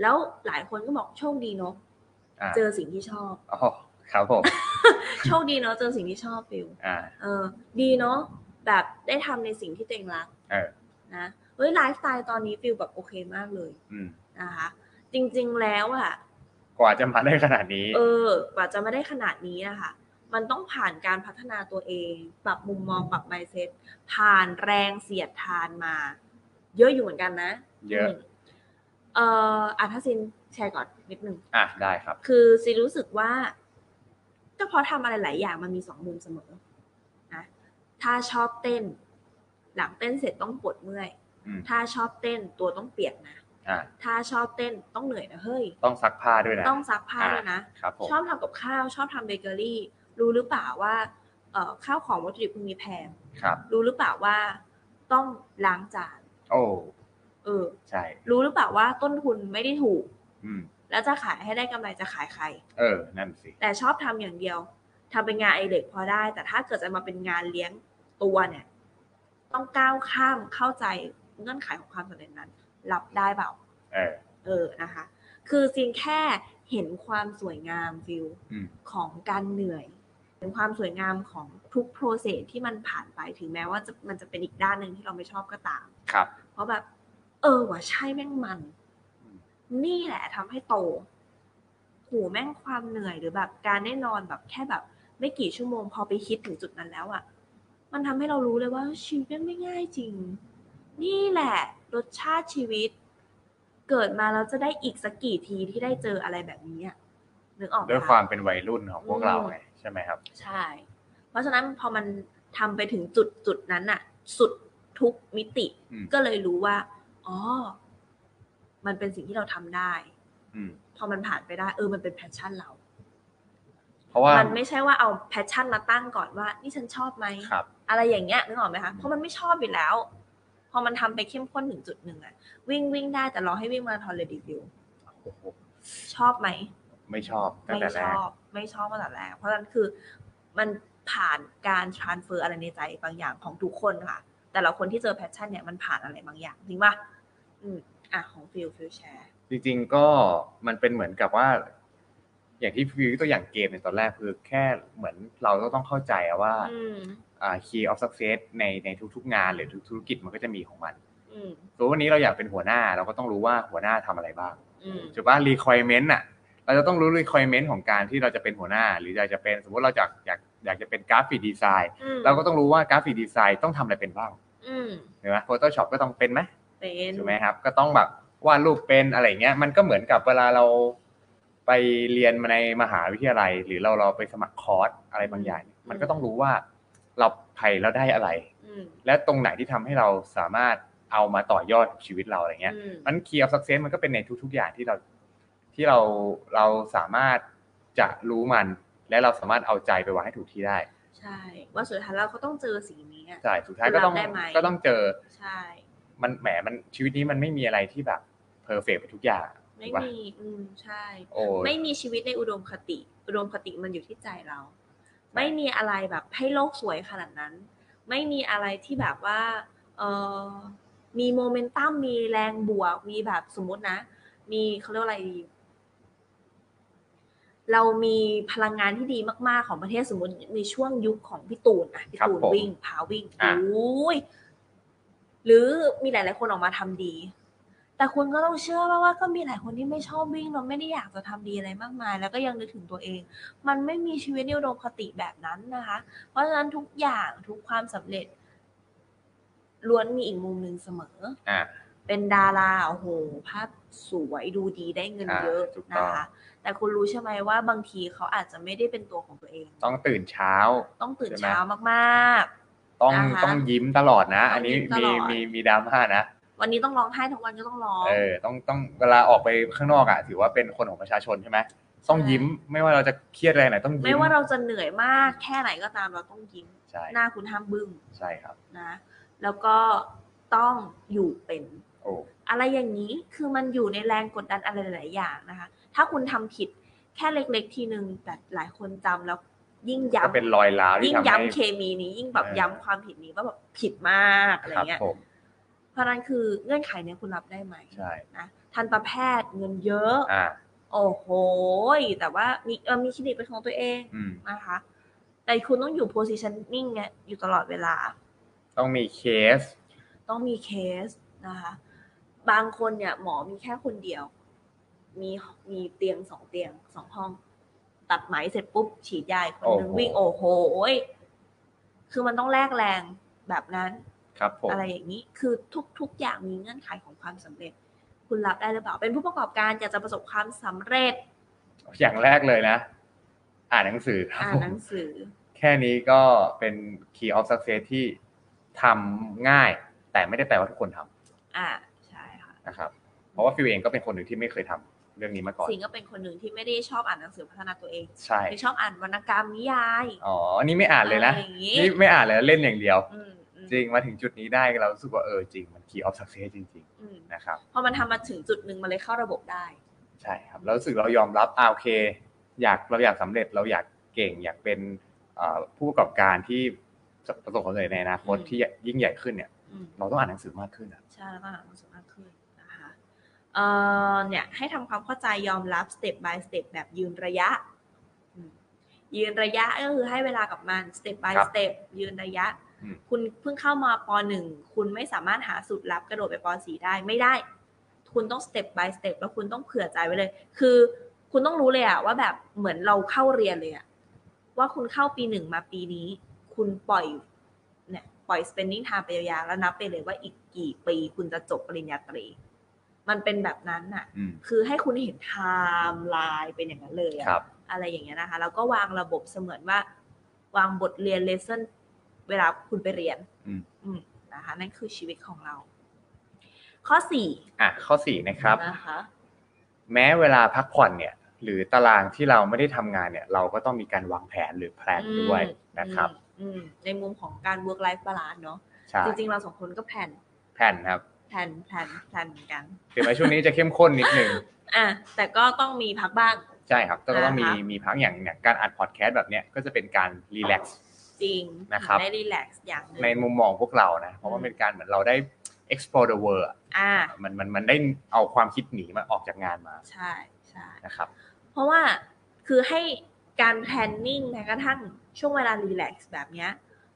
Speaker 2: แล้วหลายคนก็บอกโชคดีเนาะ
Speaker 1: อ่า
Speaker 2: เจอสิ่งที่ชอบ
Speaker 1: อ๋อครับผม
Speaker 2: โชคดีเนาะเจอสิ่งที่ชอบฟิว
Speaker 1: อ่า
Speaker 2: เออดีเนาะแบบได้ทำในสิ่งที่ตัวเองรัก
Speaker 1: เออ
Speaker 2: นะเฮ้ยไลฟ์สไตล์ตอนนี้ฟิลแบบโอเคมากเลย
Speaker 1: อืม
Speaker 2: นะคะ จริงๆแล้วอะ
Speaker 1: กว่าจะมาได้ขนาดนี้
Speaker 2: เออกว่าจะไม่ได้ขนาดนี้นะคะมันต้องผ่านการพัฒนาตัวเอง ปรับมุมมองปรับ mindset ผ่านแรงเสียดทานมา เยอะอยู่เหมือนกันนะ
Speaker 1: เยอะ
Speaker 2: มเอออาทัศินแชร์ก่อนนิดนึง
Speaker 1: อ่ะได้ครับ
Speaker 2: คือซีรู้สึกว่า ก็เพราะทำอะไรหลายอย่างมันมีสองมุมเสมอนะถ้าชอบเต้น หลังเต้นเสร็จต้องปวดเมื่อย
Speaker 1: อืม
Speaker 2: ถ้าชอบเต้นตัวต้องเปียกนะ
Speaker 1: อ่า
Speaker 2: ถ้าชอบเต้นต้องเหนื่อยนะเฮ้ย
Speaker 1: ต้องซักผ้าด้วยนะ
Speaker 2: ต้องซักผ้าด้วยนะ
Speaker 1: ครับผม
Speaker 2: ชอบทำกับข้าว ชอบทำเบเกอรี่ รู้หรือเปล่าว่าเอ่อข้าวของวัตถุดิบคุณมีแพง
Speaker 1: ครับ
Speaker 2: รู้หรือเปล่าว่าต้องล้างจาน
Speaker 1: โอ้
Speaker 2: เออ
Speaker 1: ใช่
Speaker 2: รู้หรือเปล่าว่าต้นทุนไม่ได้ถูก
Speaker 1: อืม
Speaker 2: แล้วจะขายให้ได้กำไรจะขายใคร
Speaker 1: เออ นั่นสิ
Speaker 2: แต่ชอบทำอย่างเดียวทำเป็นงานไอเด็กพอได้ แต่ถ้าเกิดจะมาเป็นงานเลี้ยงตัวเนี่ย ต้องก้าวข้ามเข้าใจเงื่อนไขของความสำเร็จนั้น รับได้เปล่า
Speaker 1: เออ
Speaker 2: เออนะคะ คือซีนแค่เห็นความสวยงามวิว
Speaker 1: อืม
Speaker 2: ของการเหนื่อยเห็นความสวยงามของทุกโปรเซสที่มันผ่านไปถึงแม้ว่าจะมันจะเป็นอีกด้านหนึ่งที่เราไม่ชอบก็ตาม
Speaker 1: ครับ
Speaker 2: เพราะแบบ เออว่ะใช่แม่งมัน
Speaker 1: อืม
Speaker 2: นี่แหละทำให้โตโหูแม่งความเหนื่อยหรือแบบการได้นอนแบบแค่แบบ ไม่กี่ชั่วโมงพอไปคิดถึงจุดนั้นแล้วอะ่ะ มันทำให้เรารู้เลยว่าชีวิตแม่งไม่ง่ายจริง นี่แหละรสชาติชีวิต เกิดมาแล้วจะได้อีกสักกี่ทีที่ได้เจออะไรแบบนี้อะนึกออกไหม
Speaker 1: ด้วย
Speaker 2: คะ
Speaker 1: ความเป็นวัยรุ่นของพวกเรา
Speaker 2: อืม
Speaker 1: ไงใช่ไหมครับ
Speaker 2: ใช่ เพราะฉะนั้นพอมันทำไปถึงจุดจุดนั้นน่ะ สุดทุกมิติ
Speaker 1: อืม
Speaker 2: ก็เลยรู้ว่า อ๋อ มันเป็นสิ่งที่เราทำได้
Speaker 1: อืม
Speaker 2: พอมันผ่านไปได้ เออ มันเป็นแพชชั่นเรา
Speaker 1: เพราะว่า
Speaker 2: มันไม่ใช่ว่าเอาแพชชั่นมาตั้งก่อนว่า นี่ฉันชอบไหม
Speaker 1: ครับ
Speaker 2: อะไรอย่างเงี้ยนึกออกไหมคะ เพราะมันไม่ชอบอยู่แล้ว พอมันทำไปเข้มข้นถึงจุดหนึ่งอะวิ่งวิ่งได้แต่รอให้วิ่งมาราธอนเลยดีวิว
Speaker 1: โอ้โห
Speaker 2: ชอบไหม
Speaker 1: ไม่ชอบตั้ง
Speaker 2: ไม่
Speaker 1: แต่แร
Speaker 2: ช
Speaker 1: ก
Speaker 2: อบไม่ชอบมาแต่แรกเพราะฉะนั้นคือมันผ่านการ transfer อะไรในใจบางอย่างของทุกคนค่ะ แต่ละคนที่เจอ passion เนี่ยมันผ่านอะไรบางอย่างจริงป่ะอืมอ่ะของฟิลฟิลแชร์
Speaker 1: จริงๆก็มันเป็นเหมือนกับว่า อย่างที่วิวตัวอย่างเกมในตอนแรกคือแค่เหมือนเราก็ต้องเข้าใจอะว่า
Speaker 2: อืม
Speaker 1: อ่า key of success ในในทุกๆงานหรือทุกธุรกิจมันก็จะมีของมัน
Speaker 2: อืม
Speaker 1: สมมติวันนี้เราอยากเป็นหัวหน้าเราก็ต้องรู้ว่าหัวหน้าทำอะไรบ้าง
Speaker 2: อืม
Speaker 1: ถูกปะ requirement อ่ะ เราจะต้องรู้ requirement ของการที่เราจะเป็นหัวหน้า หรืออยากจะเป็นสมมติเราอยากอยากอยากจะเป็นกราฟิกดีไซน์
Speaker 2: อืม
Speaker 1: เราก็ต้องรู้ว่ากราฟิกดีไซน์ต้องทำอะไรเป็นบ้าง
Speaker 2: อืม
Speaker 1: เห็นไหม Photoshop ก็ต้องเป็นไหม
Speaker 2: เป็น
Speaker 1: ถูกไหมครับ ก็ต้องแบบวาดรูปเป็นอะไรเงี้ย มันก็เหมือนกับเวลาเราไปเรียนมาในมหาวิทยาลัย หรือเราเราไปสมัครคอร์สอะไรบางอย่าง มันก็ต้องรู้ว่าเราใครแล้วได้อะไร
Speaker 2: อืม
Speaker 1: และตรงไหนที่ทำให้เราสามารถเอามาต่อยอดกับชีวิตเราอะไรเงี้ย
Speaker 2: อืม
Speaker 1: มันคีย์ออฟสักเซนมันก็เป็นในทุก ๆ อย่างที่เราที่เราเราสามารถจะรู้มัน และเราสามารถเอาใจไปวางให้ถูกที่ได้
Speaker 2: ใช่ ว่าสุดท้ายเราก็ต้องเจอสิ่งนี้อะ
Speaker 1: ใช่สุดท้ายก็ต้อง
Speaker 2: เราได้ไหม
Speaker 1: ก็ต้องเจอ
Speaker 2: ใช่
Speaker 1: มันแหมมันชีวิตนี้มันไม่มีอะไรที่แบบเพอร์เฟกต์ทุกอย่าง
Speaker 2: ไม่
Speaker 1: ถูกปะ
Speaker 2: มีอืมใช่
Speaker 1: โอ้
Speaker 2: ไม่มีชีวิตในอุดมคติ อุดมคติมันอยู่ที่ใจเรา ไม่มีอะไรแบบให้โลกสวยขนาดนั้น ไม่มีอะไรที่แบบว่าเออมีโมเมนตัม มีแรงบวก มีแบบสมมตินะ มีเขาเรียกว่าอะไรดี เรามีพลังงานที่ดีมาก ๆ ของประเทศสมมติในช่วงยุคของพี่ตูนอะพี่
Speaker 1: ครับ
Speaker 2: ตูน
Speaker 1: ผม
Speaker 2: วิ่งพาวิ่ง
Speaker 1: อ่ะ
Speaker 2: โอ้ยหรือมีหลาย ๆ คนออกมาทำดี แต่คุณก็ต้องเชื่อว่าว่าก็มีหลายคนที่ไม่ชอบวิ่งเราไม่ได้อยากจะทำดีอะไรมากมาย แล้วก็ยังนึกถึงตัวเอง มันไม่มีชีวิตในอุดมคติแบบนั้นนะคะ เพราะฉะนั้นทุกอย่างทุกความสำเร็จล้วนมีอีกมุมหนึ่งเสมอ
Speaker 1: อ่า
Speaker 2: เป็นดาราโอ้โหภาพสวยดูดีได้เงินเยอะ
Speaker 1: อ่าถูกต้
Speaker 2: นะ
Speaker 1: อง
Speaker 2: คะ แต่คุณรู้ใช่ไหมว่าบางทีเขาอาจจะไม่ได้เป็นตัวของตัวเอง
Speaker 1: ต้องตื่นเช้า
Speaker 2: ต้องตื่น
Speaker 1: ใช่ไหม
Speaker 2: เช้ามาก
Speaker 1: ต้อง
Speaker 2: นะคะ
Speaker 1: ต้องยิ้มตลอดนะ
Speaker 2: ต้อง
Speaker 1: อันนี้
Speaker 2: ยิ้มต
Speaker 1: มี
Speaker 2: ลอด
Speaker 1: มีมีดราม่านะ
Speaker 2: ๆ วันนี้ต้องร้องไห้ทั้งวันก็ต้องร้อง
Speaker 1: เออต้องต้องเวลาออกไปข้างนอกอ่ะถือว่าเป็นคนของประชาชนใช่ไหมต้อง
Speaker 2: ใช่
Speaker 1: ยิ้มไม่ว่าเราจะเครียดอะไรไหนต้องยิ้ม
Speaker 2: ไม่ว่าเราจะเหนื่อยมากแค่ไหนก็ตามเราต้องยิ้ม
Speaker 1: ใช่
Speaker 2: หน้าคุณห้ามบึ้ง
Speaker 1: ใช่ครับ
Speaker 2: นะ แล้วก็ต้องอยู่เป็น
Speaker 1: โอ้
Speaker 2: อะไรอย่างนี้คือมันอยู่ในแรงกดดันอะไรหลาย ๆ อย่างนะคะ ถ้าคุณทำผิดแค่เล็ก ๆ ทีนึงแต่หลายคนจำแล้วยิ่ง
Speaker 1: ก็เป็น
Speaker 2: ย้ำ
Speaker 1: รอยร้าวที่
Speaker 2: ยิ่ง
Speaker 1: ทำให้
Speaker 2: ย้ำเคมีนี้ ยิ่งแบบ
Speaker 1: เออ
Speaker 2: ย้ำความผิดนี้ว่าแบบผิดมากอะไร
Speaker 1: ครับ
Speaker 2: เงี้ย
Speaker 1: ผม
Speaker 2: เพราะนั้นคือเงื่อนไขเนี้ยคุณรับได้ไหม
Speaker 1: ใช่
Speaker 2: นะทันตแพทย์เงินเยอะ
Speaker 1: อ่า
Speaker 2: โอ้โหยแต่ว่ามีเออมีคลินิกเป็นของตัวเอง
Speaker 1: อืม
Speaker 2: นะคะ แต่คุณต้องอยู่ positioning เนี่ยอยู่ตลอดเวลา
Speaker 1: ต้องมีเคส
Speaker 2: ต้องมีเคสนะคะ บางคนเนี่ย หมอมีแค่คนเดียว มีมีเตียงสองเตียงสองห้อง ตัดไหมเสร็จปุ๊บ ฉีดยาอีกคนนึง
Speaker 1: โอ้โห
Speaker 2: วิ่งโอ้โหยคือมันต้องแลกแรงแบบนั้น
Speaker 1: ครับผม
Speaker 2: อะไรอย่างนี้ คือทุก ๆ อย่างมีเงื่อนไขของความสำเร็จ คุณรับได้หรือเปล่า เป็นผู้ประกอบการอยากจะประสบความสำเร็จ
Speaker 1: อย่างแรกเลยนะ อ่านหนังสือครับ
Speaker 2: อ่าน
Speaker 1: ผม
Speaker 2: หนังสือ
Speaker 1: แค่นี้ก็เป็น key of success ที่ทำง่าย แต่ไม่ได้แปลว่าทุกคนท
Speaker 2: อ่าใช่ค่ะ
Speaker 1: ำนะครับ เพราะว่าฟิวเองก็เป็นคนหนึ่งที่ไม่เคยทำเรื่องนี้มาก่อน
Speaker 2: สิงก็เป็นคนหนึ่งที่ไม่ได้ชอบอ่านหนังสือพัฒนาตัวเอง
Speaker 1: ใช่
Speaker 2: ไม่ชอบอ่านวรรณกรรมนิยาย
Speaker 1: อ๋ออันนี่ไม่อ่านเลยนะ
Speaker 2: ไรอย่างนี้
Speaker 1: นี่ไม่อ่านเลยเล่นอย่างเดียว
Speaker 2: อืมอืม
Speaker 1: จริงมาถึงจุดนี้ได้เรารู้สึกว่าเออจริงมัน key of success จริง
Speaker 2: อืม
Speaker 1: ๆ นะครับ
Speaker 2: พอมันทำมาถึงจุดหนึ่งมันเลยเข้าระบบได้
Speaker 1: ใช่ครับแล้วรู้สึกเรายอมรับอาโอเค อยากเราอยากสำเร็จเราอยากเก่ง อยากเป็นเอ่อผู้ประกอบการที่ประสบความสำเร็จในอนาคต
Speaker 2: อืม
Speaker 1: ที่ยิ่งใหญ่ขึ้นเนี่ย
Speaker 2: อืม
Speaker 1: เราต้องอ่านหนังสือมากขึ้นอะ
Speaker 2: ใช่แล้วก็หาความสุขมากขึ้นนะคะเอ่อเนี่ยให้ทำความเข้าใจยอมรับสเต็ป by สเต็ปแบบยืนระยะอืมยืนระยะก็คือให้เวลากับมันสเต็ป by สเต็ปยืนระยะ คุณเพิ่งเข้ามาปหนึ่งคุณไม่สามารถหาสูตรลับกระโดดไปปสี่ได้ไม่ได้ คุณต้องสเต็ป by สเต็ปแล้วคุณต้องเผื่อใจไว้เลย คือคุณต้องรู้เลยอะว่าแบบเหมือนเราเข้าเรียนเลยอะว่าคุณเข้าปีหนึ่งมาปีนี้ คุณปล่อยเนี่ยปล่อย spending time ไปยาวๆแล้วนับไปเลยว่าอีกกี่ปีคุณจะจบปริญญาตรี มันเป็นแบบนั้นน่ะ
Speaker 1: อืม
Speaker 2: คือให้คุณเห็นไทม์ไลน์เป็นอย่างนั้นเลยอะ
Speaker 1: ครับ
Speaker 2: อะไรอย่างเงี้ยนะคะ แล้วก็วางระบบเสมือนว่า วางบทเรียนเลเซนเวลาคุณไปเรียน
Speaker 1: อืม
Speaker 2: อืมนะคะ นั่นคือชีวิตของเรา ข้อสี่
Speaker 1: อ่ะข้อสี่นะครับ
Speaker 2: นะคะ
Speaker 1: แม้เวลาพักผ่อนเนี่ย หรือตารางที่เราไม่ได้ทำงานเนี่ย เราก็ต้องมีการวางแผนหรือแพลน
Speaker 2: อืม
Speaker 1: ด้วยนะครับ
Speaker 2: อืมในมุมของการ work life balance เนาะ
Speaker 1: ใช่
Speaker 2: จริงๆ เราสองคนก็แผน
Speaker 1: แผนครับ
Speaker 2: แผนแผนแผนเหมือนกัน
Speaker 1: ถึงแม้ช่วงนี้จะเข้มข้นนิดนึง
Speaker 2: อ่ะแต่ก็ต้องมีพักบ้าง
Speaker 1: ใช่ครับก็ต้องมี
Speaker 2: อ่าฮะ
Speaker 1: มีพักอย่างอย่างการอัดพอดแคสต์แบบเนี้ยก็จะเป็นการรีแลกซ์
Speaker 2: จริง
Speaker 1: นะครับ
Speaker 2: ได้รีแลกซ์อย่างหนึง
Speaker 1: ในมุมมองพวกเรานะ เพราะว่าเป็นการเหมือนเราได้ explore the world อะ
Speaker 2: อ่า
Speaker 1: มันมันมันได้เอาความคิดหนีมาออกจากงานมา
Speaker 2: ใช่ใช่
Speaker 1: นะครับ
Speaker 2: เพราะว่าคือให้การแพลนนิ่งแม้กระทั่งช่วงเวลารีแลกซ์แบบเนี้ย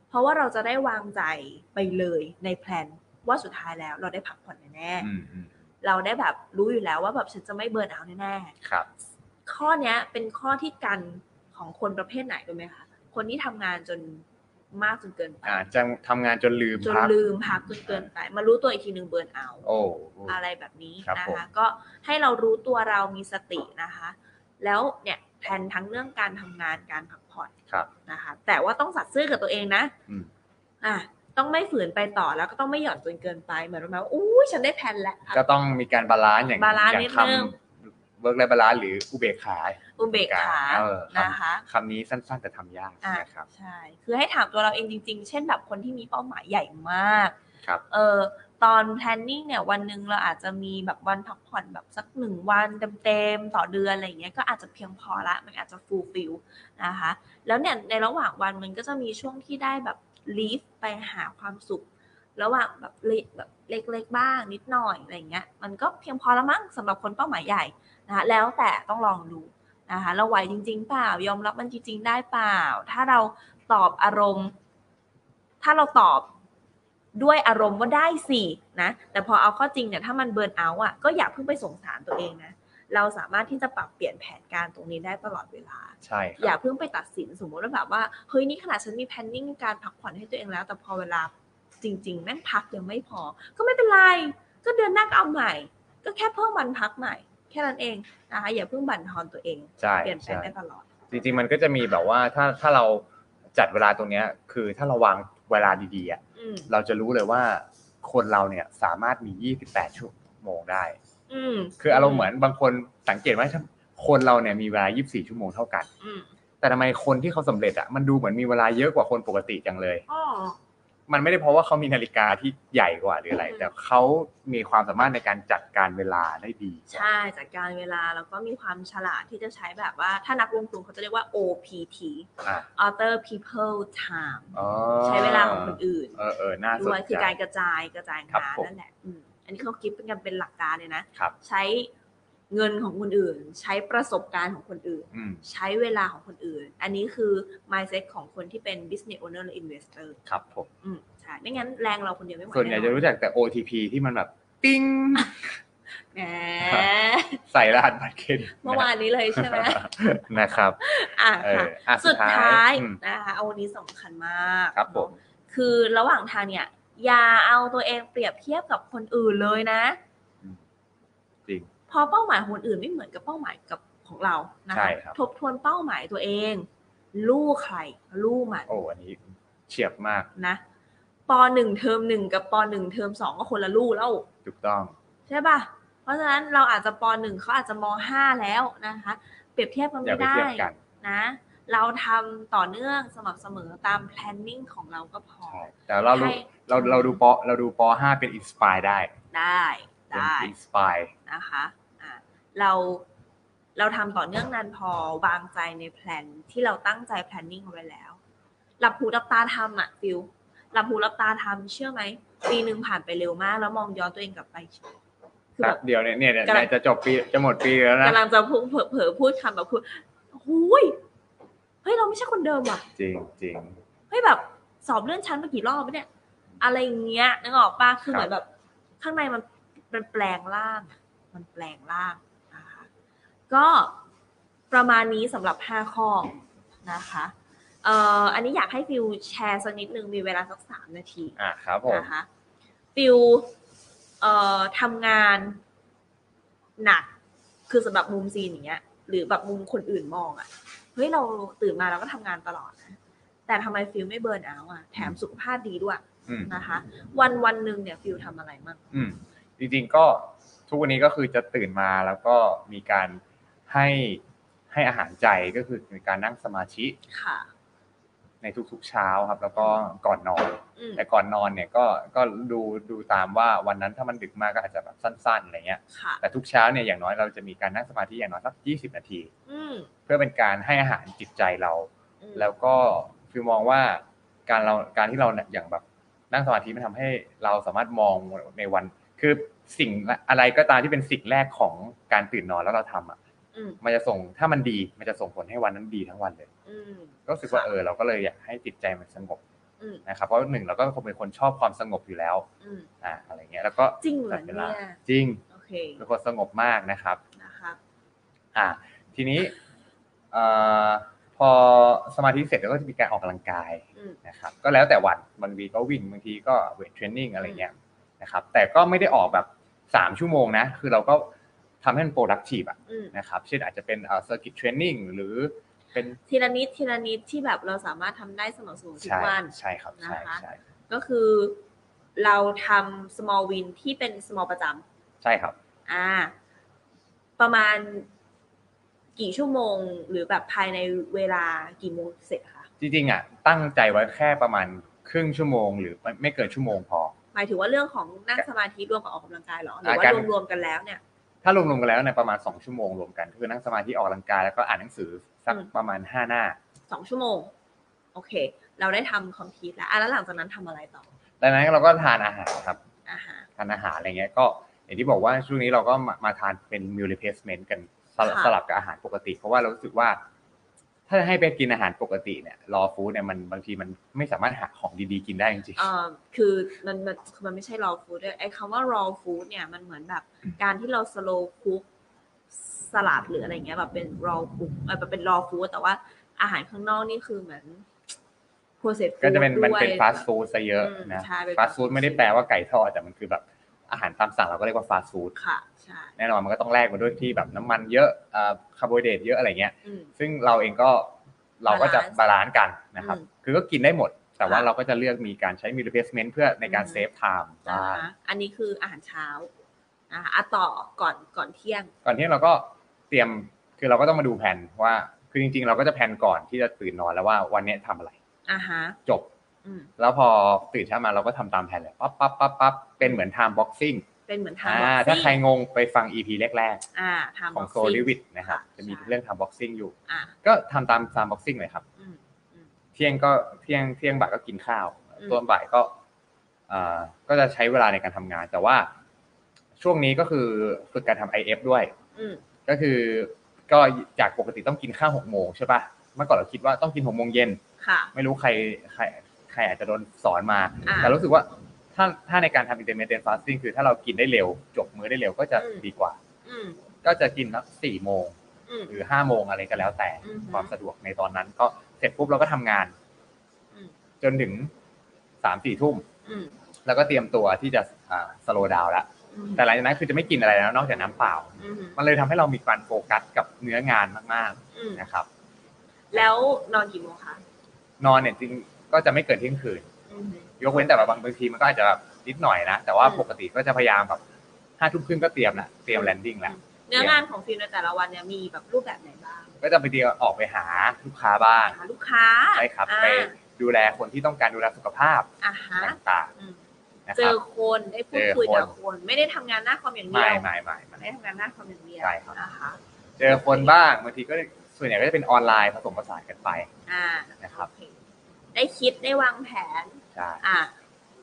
Speaker 2: เพราะว่าเราจะได้วางใจไปเลยในแพลนว่าสุดท้ายแล้วเราได้พักผ่อนแน่
Speaker 1: อืมอืม
Speaker 2: ๆเราได้แบบรู้อยู่แล้วว่าแบบฉันจะไม่เบิร์นเอาท์แน่
Speaker 1: ครับ
Speaker 2: ๆข้อเนี้ยเป็นข้อที่กันของคนประเภทไหนรู้ไหมคะคนที่ทำงานจนมากจนเกินไป
Speaker 1: อ่าจะทำงานจนลืม
Speaker 2: จน
Speaker 1: พัก
Speaker 2: ลืมพักจนเกินไป มารู้ตัวอีกทีหนึ่งเบิร์นเอาท์
Speaker 1: โอ้
Speaker 2: อะไรแบบนี้
Speaker 1: ครับ
Speaker 2: นะ
Speaker 1: ผม
Speaker 2: คะก็ให้เรารู้ตัวเรามีสตินะคะ แล้วเนี่ยแผนทั้งเรื่องการทำงานการพักผ่อน
Speaker 1: ครับ
Speaker 2: นะคะ แต่ว่าต้องสัตย์ซื่อกับตัวเองนะ
Speaker 1: อืม
Speaker 2: อ่ะต้องไม่ฝืนไปต่อแล้วก็ต้องไม่หย่อนจนเกินไปเหมือนประมาณว่าอุ้ยฉันได้แผนแล้ว
Speaker 1: ก็ต้องมีการบาลานซ์อย่าง
Speaker 2: บาลานซ์
Speaker 1: อย่า
Speaker 2: นิ
Speaker 1: ง
Speaker 2: ด
Speaker 1: ค
Speaker 2: นึง
Speaker 1: ำเวิร์กไลบาลานซ์หรืออุเบกขา
Speaker 2: อุเบกขา
Speaker 1: เออค
Speaker 2: นะคะ
Speaker 1: ำคำนี้สั้นๆแต่ทำยาก
Speaker 2: อ่ะ
Speaker 1: นะครับ
Speaker 2: ใช่ คือให้ถามตัวเราเองจริงๆ เช่นแบบคนที่มีเป้าหมายใหญ่มาก
Speaker 1: ครับ
Speaker 2: เออตอน planning เนี่ยวันหนึ่งเราอาจจะมีแบบวันพักผ่อนแบบสักหนึ่งวันเต็มๆต่อเดือนอะไรอย่างเงี้ยก็อาจจะเพียงพอละ มันอาจจะ fulfill นะคะ แล้วเนี่ยในระหว่างวันมันก็จะมีช่วงที่ได้แบบ leave ไปหาความสุข ระหว่างแบบเล็กแบบเล็กๆ บ้างนิดหน่อยอะไรอย่างเงี้ยมันก็เพียงพอละมั้งสำหรับคนเป้าหมายใหญ่นะคะแล้วแต่ต้องลองดูนะคะเราไหวจริง ๆ เปล่ายอมรับมันจริง ๆ ได้เปล่า ถ้าเราตอบอารมณ์ ถ้าเราตอบด้วยอารมณ์ว่าได้สินะแต่พอเอาเข้อจริงเนี่ยถ้ามันเบิร์นเอาท์อ่ะก็อย่าเพิ่งไปสงสารตัวเองนะเราสามารถที่จะปรับเปลี่ยนแผนการตรงนี้ได้ตลอดเวลา
Speaker 1: ใช่ค
Speaker 2: อย่า
Speaker 1: รับ
Speaker 2: เพิ่งไปตัดสินสมมติว่าแบบว่าเฮ้ยนี่ขนาดฉันมีแพนนิ่งการพักผ่อนให้ตัวเองแล้ว แต่พอเวลาจริง ๆ แม่งพักยังไม่พอ ก็ไม่เป็นไร ก็เดือนหน้าก็เอาใหม่ ก็แค่เพิ่มวันพักใหม่ แค่นั้นเองนะคะอย่าเพิ่งบั่นทอนตัวเอง
Speaker 1: ใช่
Speaker 2: เปลี่ยนแปล
Speaker 1: ใช่
Speaker 2: งได้ตลอด
Speaker 1: จริงๆมันก็จะมีแบบว่าถ้าถ้าเราจัดเวลาตรงเนี้ยคือถ้าเราวางเวลาดีๆอะ
Speaker 2: อืม
Speaker 1: เราจะรู้เลยว่าคนเราเนี่ยสามารถมี 28 ชั่วโมงได้
Speaker 2: อืม
Speaker 1: คืออารมณ์เหมือนบางคนสังเกตไหมถ้าคนเราเนี่ยมีเวลา 24 ชั่วโมงเท่ากัน
Speaker 2: อืม
Speaker 1: แต่ทำไมคนที่เขาสำเร็จอ่ะมันดูเหมือนมีเวลาเยอะกว่าคนปกติจังเลย
Speaker 2: อ๋อ
Speaker 1: มันไม่ได้เพราะว่าเขามีนาฬิกาที่ใหญ่กว่าหรืออะไร
Speaker 2: อืม
Speaker 1: แต่เขามีความสามารถในการจัดการเวลาได้ดี
Speaker 2: ใช่จัดการเวลาแล้วก็มีความฉลาดที่จะใช้แบบว่า ถ้านักลงทุนเขาจะเรียกว่า OPT
Speaker 1: อ่ะ
Speaker 2: Other People Time
Speaker 1: อ๋อ
Speaker 2: ใช้เวลาของคนอื่น
Speaker 1: เออเออน่าสน
Speaker 2: ด้วยคือ
Speaker 1: ใจ
Speaker 2: การกระจายกระจาย
Speaker 1: ครับ
Speaker 2: งาน
Speaker 1: ผม
Speaker 2: นั่นแหละอืมอันนี้เขาคิดเป็นกันเป็นหลักการเลยนะ
Speaker 1: ครับ
Speaker 2: ใช้เงินของคนอื่น ใช้ประสบการณ์ของคนอื่น
Speaker 1: อืม
Speaker 2: ใช้เวลาของคนอื่น อันนี้คือ mindset ของคนที่เป็น business owner หรือ investor
Speaker 1: ครับผม
Speaker 2: อืมใช่ไม่งั้นแรงเราคนเดียวไม่ไหว
Speaker 1: ส่วนใหญ่จะรู้จักแต่ OTP ที่มันแบบติ้ง
Speaker 2: แหม
Speaker 1: ใส่รหัสบัตรเครดิต
Speaker 2: เมื่อวานนี้เลยใช่ไหม
Speaker 1: นะครับ
Speaker 2: อ่ะ
Speaker 1: เอ
Speaker 2: ค่ะ
Speaker 1: ออ่ะ
Speaker 2: สุดท้าย
Speaker 1: อืม
Speaker 2: นะคะเอาวันนี้สำคัญมาก
Speaker 1: ครับผม
Speaker 2: คือระหว่างทางเนี่ย อย่าเอาตัวเองเปรียบเทียบกับคนอื่นเลยนะ
Speaker 1: อืมจริง
Speaker 2: เพอเป้าหมายของคนอื่นไม่เหมือนกับเป้าหมายกับของเรานะ
Speaker 1: ใช่
Speaker 2: คะ
Speaker 1: ครับ
Speaker 2: ทบทวนเป้าหมายตัวเอง ลู่ใครลู่มัน
Speaker 1: โอ้อันนี้เฉียบมาก
Speaker 2: นะปหนึ่งเทอมหนึ่งกับปหนึ่งเทอมสองก็คนละลู่แล้ว
Speaker 1: ถูกต้อง
Speaker 2: ใช่ป่ะ เพราะฉะนั้นเราอาจจะปหนึ่งเขาอาจจะมห้าแล้วนะคะ เปรียบเทียบกัน
Speaker 1: อย่า
Speaker 2: ไม่ได้
Speaker 1: ไปเทียบกัน
Speaker 2: นะ เราทำต่อเนื่องสม่ำเสมอตาม planning ของเราก็พอ
Speaker 1: ใช่แต่เราดู
Speaker 2: ให้
Speaker 1: เราเราดูปอเราดูปอห้าเป็นอินสปายได้
Speaker 2: ได้
Speaker 1: เป็น
Speaker 2: ได้
Speaker 1: อินสปาย
Speaker 2: นะคะอ่ะเราเราทำต่อเนื่องนานพอวางใจในแพลนที่เราตั้งใจ planning เอาไว้แล้ว หลับหูหลับตาทำอะฟิวหลับหูหลับตาทำเชื่อไหม ปีหนึ่งผ่านไปเร็วมาก แล้วมองย้อนตัวเองกลับไปคือแบ
Speaker 1: แป๊
Speaker 2: บ บ
Speaker 1: เดียวเนี่ยเนี่ยเนี่ย
Speaker 2: กำลัง
Speaker 1: จะจบปีจะหมดปีแล้วนะ
Speaker 2: กำลังจะพูดเผลอเผลอพูดคำแบบคือหุยเฮ้ย เราไม่ใช่คนเดิมว่ะ
Speaker 1: จริงจริง
Speaker 2: เฮ้ยแบบสอบเลื่อนชั้นมากี่รอบแล้วเนี่ย อะไรอย่างเงี้ยนึกออกปะคือ
Speaker 1: ค
Speaker 2: เห
Speaker 1: รับ
Speaker 2: มือนแบบ ข้างในมันมันแปลงร่างอะมันแปลงร่างนะคะก็ประมาณนี้สำหรับ 5 ข้อนะคะเอ่ออันนี้อยากให้ฟิวแชร์สักนิดนึงมีเวลาสักสามนาที
Speaker 1: อ่ะครับผม
Speaker 2: นะคะฟิวเอ่อทำงานหนักคือสำหรับมุมซีนอย่างเงี้ย หรือแบบมุมคนอื่นมองอะ่ะเฮ้ยเราตื่นมาเราก็ทำงานตลอดนะ แต่ทำไมฟิลไม่เบิร์นเอาท์อ่ะ แถมสุขภาพดีด้วย
Speaker 1: อืม
Speaker 2: นะคะ วันวันหนึ่งเนี่ยฟิลทำอะไรมั่ง
Speaker 1: อืมจริงๆก็ทุกวันนี้ก็คือจะตื่นมาแล้วก็มีการให้ให้อาหารใจก็คือมีการนั่งสมาธิ
Speaker 2: ค่ะ
Speaker 1: ในทุกๆเช้าครับ แล้วก็ก่อนนอน
Speaker 2: อืม
Speaker 1: แต่ก่อนนอนเนี่ยก็ก็ดูดูตามว่าวันนั้นถ้ามันดึกมากก็อาจจะแบบสั้นๆอะไรเงี้ย
Speaker 2: ค่ะ
Speaker 1: แต่ทุกเช้าเนี่ยอย่างน้อยเราจะมีการนั่งสมาธิอย่างน้อยสัก20 นาที
Speaker 2: อืม
Speaker 1: เพื่อเป็นการให้อาหารจิตใจเรา
Speaker 2: อืม
Speaker 1: แล้วก็ฟิวมองว่าการเราการที่เราเนี่ยอย่างแบบนั่งสมาธิมันทำให้เราสามารถมองในวัน คือสิ่งอะไรก็ตามที่เป็นสิ่งแรกของการตื่นนอนแล้วเราทำอ่ะ
Speaker 2: อืม
Speaker 1: มันจะส่งถ้ามันดีมันจะส่งผลให้วันนั้นดีทั้งวันเลย
Speaker 2: อืม
Speaker 1: ก็รู้สึกว่าเออเราก็เลยอยากให้จิตใจมันสงบ
Speaker 2: อืม
Speaker 1: นะครับเพราะหนึ่งเราก็คงเป็นคนชอบความสงบอยู่แล้ว
Speaker 2: อืม
Speaker 1: อ่าอะไรเงี้ยแล้วก็
Speaker 2: จริงเหร
Speaker 1: จั
Speaker 2: อ
Speaker 1: ดว
Speaker 2: เนี่
Speaker 1: ลาย จริง
Speaker 2: โอเค
Speaker 1: เป็นคนสงบมากนะครับ
Speaker 2: นะคะ
Speaker 1: อ่ะทีนี้เอ่อพอสมาธิเสร็จแล้วก็จะมีการออกกำลังกาย
Speaker 2: อืม
Speaker 1: นะครับก็แล้วแต่วันบางทีก็วิ่งบางทีก็เวทเทรนนิ่งอะไรเงี้ยนะครับแต่ก็ไม่ได้ออกแบบ 3 ชั่วโมงนะคือเราก็ทำให้มัน productive อะ
Speaker 2: อืม
Speaker 1: นะครับเช่นอาจจะเป็นเอ่อ circuit training หรือเป็น
Speaker 2: ทีละนิดทีละนิดที่แบบเราสามารถทำได้สม่ำเสมอทุก
Speaker 1: ใช่
Speaker 2: วัน
Speaker 1: ใช่ครับใช่
Speaker 2: นะคะ
Speaker 1: ใช่
Speaker 2: ก็คือเราทำ small win ที่เป็น small ประจำ
Speaker 1: ใช่ครับ
Speaker 2: อ่า ประมาณกี่ชั่วโมง หรือแบบภายในเวลากี่โมงเสร็จคะ
Speaker 1: จริงๆอ่ะตั้งใจไว้แค่ประมาณครึ่งชั่วโมง หรือไม่ไม่เกินชั่วโมงพอ
Speaker 2: หมายถึงว่าเรื่องของนั่งสมาธิรวมกับออกกำลังกายเหรอหรือว่า
Speaker 1: อ่าการ
Speaker 2: รวมๆกันแล้วเนี่ย
Speaker 1: ถ้ารวมๆกันแล้วเนี่ยประมาณ 2 ชั่วโมงรวมกันคือนั่งสมาธิออกกำลังกายแล้วก็อ่านหนังสือสัก
Speaker 2: อืม
Speaker 1: ประมาณ 5 หน้า
Speaker 2: สองชั่วโมง โอเค เราได้ทำคอมพิวต์แล้วอ่ะแล้วหลังจากนั้นทำอะไรต่อ
Speaker 1: ดังนั้นเราก็ทานอาหารครับ
Speaker 2: อ่าฮะ
Speaker 1: ทานอาหารอะไรเงี้ยก็อย่างที่บอกว่าช่วงนี้เราก็มามาทานเป็น meal replacement กันสลับ
Speaker 2: ค่ะ
Speaker 1: สลับกับอาหารปกติ เพราะว่าเรารู้สึกว่า ถ้าให้ไปกินอาหารปกติเนี่ยรอฟู้ดเนี่ยมันบางทีมันไม่สามารถหาของดีๆกินได้จริง
Speaker 2: เอ่อคือมันมันคือมันไม่ใช่ raw food ด้วยไอ้คำว่า raw food เนี่ยมันเหมือนแบบการที่เรา slow cook สลัดหรืออะไรเงี้ยแบบเป็น raw cook เอ่อแบบเป็น raw food แต่ว่าอาหารข้างนอกนี่คือเหมือน processed
Speaker 1: ๆ ก็จะเป็น
Speaker 2: food
Speaker 1: มันเป็น
Speaker 2: ด้วย
Speaker 1: ฟาสต์ฟู้ดซะเยอะ
Speaker 2: อืม
Speaker 1: นะ
Speaker 2: ใช่เป็น
Speaker 1: ฟาสต์ฟู้ด
Speaker 2: fast food
Speaker 1: ไม่ได้แปลว่าไก่ทอดแต่มันคือแบบ อาหารตามสั่งเราก็เรียกว่าฟาสต์ฟู้ด
Speaker 2: ค่ะใช่
Speaker 1: แน่นอนมันก็ต้องแลกมาด้วยที่แบบน้ำมันเยอะอ่าคาร์โบไฮเดรตเยอะอะไรเงี้ย
Speaker 2: อืม
Speaker 1: ซึ่งเราเองก็เราก็จะบา
Speaker 2: Balance
Speaker 1: ลานซ์กันนะครับ
Speaker 2: อืม
Speaker 1: คือก็กินได้หมด แต่ว่า
Speaker 2: ค่ะ
Speaker 1: เราก็จะเลือกมีการใช้มิลเพสเมนต์เพื่อในการ
Speaker 2: อืม
Speaker 1: เซฟไทม์
Speaker 2: อ่า
Speaker 1: บ้าง
Speaker 2: ฮะอันนี้คืออาหารเช้านะคะอ่ะต่อก่อนก่อนเที่ยง
Speaker 1: ก่อนที่เราก็เตรียมคือเราก็ต้องมาดูแผนว่า คือจริง ๆ เราก็จะแผนก่อนที่จะตื่นนอนแล้วว่าวันเนี้ยทำอะไร
Speaker 2: อ่าฮะ
Speaker 1: จบ
Speaker 2: อืม
Speaker 1: แล้วพอตื่นเช้ามาเราก็ทำตามแผนเลยปั๊บปั๊บปั๊บปั๊บเป็นเหมือนไทม์บ็อกซิ่ง
Speaker 2: เป็นเหมือนทำ
Speaker 1: อ่า
Speaker 2: บ็อกซิ่ง
Speaker 1: ถ้าใครงงไปฟัง EP แรก
Speaker 2: อ่า
Speaker 1: ๆ
Speaker 2: ทำ
Speaker 1: ข
Speaker 2: บ็
Speaker 1: อ
Speaker 2: อ
Speaker 1: ง
Speaker 2: ก
Speaker 1: โซ
Speaker 2: ซิ่ง
Speaker 1: ลิวิดนะครับ
Speaker 2: ค่ะ
Speaker 1: จะมี
Speaker 2: ใช่
Speaker 1: เรื่องไทม์บ็อกซิ่งอยู่
Speaker 2: อ่า
Speaker 1: ก็ทำตามไทม์บ็อกซิ่งเลยครับ
Speaker 2: อืมอืม
Speaker 1: เที่ยงก็เที่ยงเที่ยงบ่ายก็กินข้าว
Speaker 2: อืม
Speaker 1: ตอนบ่ายก็เอ่อก็จะใช้เวลาในการทำงาน แต่ว่าช่วงนี้ก็คือฝึกการทำ IF ด้วย
Speaker 2: อืม
Speaker 1: ก็คือก็จากปกติต้องกินข้าวหกโมงใช่ปะเมื่อก่อนเราคิดว่าต้องกินหกโมงเย็น
Speaker 2: ค่ะ
Speaker 1: ไม่รู้ใครใครใครอาจจะโดนสอนมา
Speaker 2: อ่า
Speaker 1: แต่รู้สึกว่าถ้าถ้าในการทำ intermittent fasting คือถ้าเรากินได้เร็ว จบมื้อได้เร็วก็จะ
Speaker 2: อืม
Speaker 1: ดีกว่า
Speaker 2: อืม
Speaker 1: ก็จะกินสักสี่โมง
Speaker 2: อืม
Speaker 1: หรือห้าโมงอะไรก็แล้วแต่
Speaker 2: อือฮึ
Speaker 1: ความสะดวกในตอนนั้น ก็เสร็จปุ๊บเราก็ทำงาน
Speaker 2: อืม
Speaker 1: จนถึงสามสี่ทุ่ม
Speaker 2: อืม
Speaker 1: แล้วก็เตรียมตัวที่จะสโลดาวแล้ว
Speaker 2: อืม
Speaker 1: แต่หลังจากนั้นคือจะไม่กินอะไรแล้วนอกจากน้ำเปล่า
Speaker 2: อืม
Speaker 1: มันเลยทำให้เรามีการโฟกัสกับเนื้องานมาก
Speaker 2: อืม
Speaker 1: ๆนะครับ
Speaker 2: แล้วนอนกี่โมงคะ
Speaker 1: นอนเนี่ยจริงก็จะไม่เกินเที่ยงคืน
Speaker 2: อืม
Speaker 1: ยกเว้นแต่แบบบางทีมันก็อาจจะแบบนิดหน่อยนะ แต่ว่า
Speaker 2: อืม
Speaker 1: ปกติก็จะพยายามแบบห้าทุ่มครึ่งก็เตรียมละเตรียมแลนดิ้งละ
Speaker 2: เนื้องานของฟิล์มในแต่ละวันเนี่ยมีแบบรูปแบบไหนบ้าง
Speaker 1: ก็จะไปเดียวออกไปหาลูกค้าบ้าง
Speaker 2: หาลูกค้า
Speaker 1: ใช่ครับ
Speaker 2: อ่า
Speaker 1: ไปดูแลคนที่ต้องการดูแลสุขภาพ
Speaker 2: อ่าฮะ
Speaker 1: ต่าง
Speaker 2: อืม
Speaker 1: ๆนะ
Speaker 2: เจ
Speaker 1: ครั
Speaker 2: อบ คนได้พูด
Speaker 1: เจอ
Speaker 2: คุยกับ
Speaker 1: คน
Speaker 2: คน ไม่ได้ทำงานหน้าคอมอย่างเดีว
Speaker 1: ไม่ไม่ไม่ไม่
Speaker 2: ไม่ได้ทำงานหน้าคอมอย่างเดียว
Speaker 1: ใช่ครับ
Speaker 2: นะคะ
Speaker 1: เจอคนบ้างบางทีก็ส่วนใหญ่ก็จะเป็นออนไลน์ผสมผสานกันไป
Speaker 2: อ่า
Speaker 1: นะครับ
Speaker 2: โอเได้คิดได้วางแผน
Speaker 1: ใช่
Speaker 2: อ่า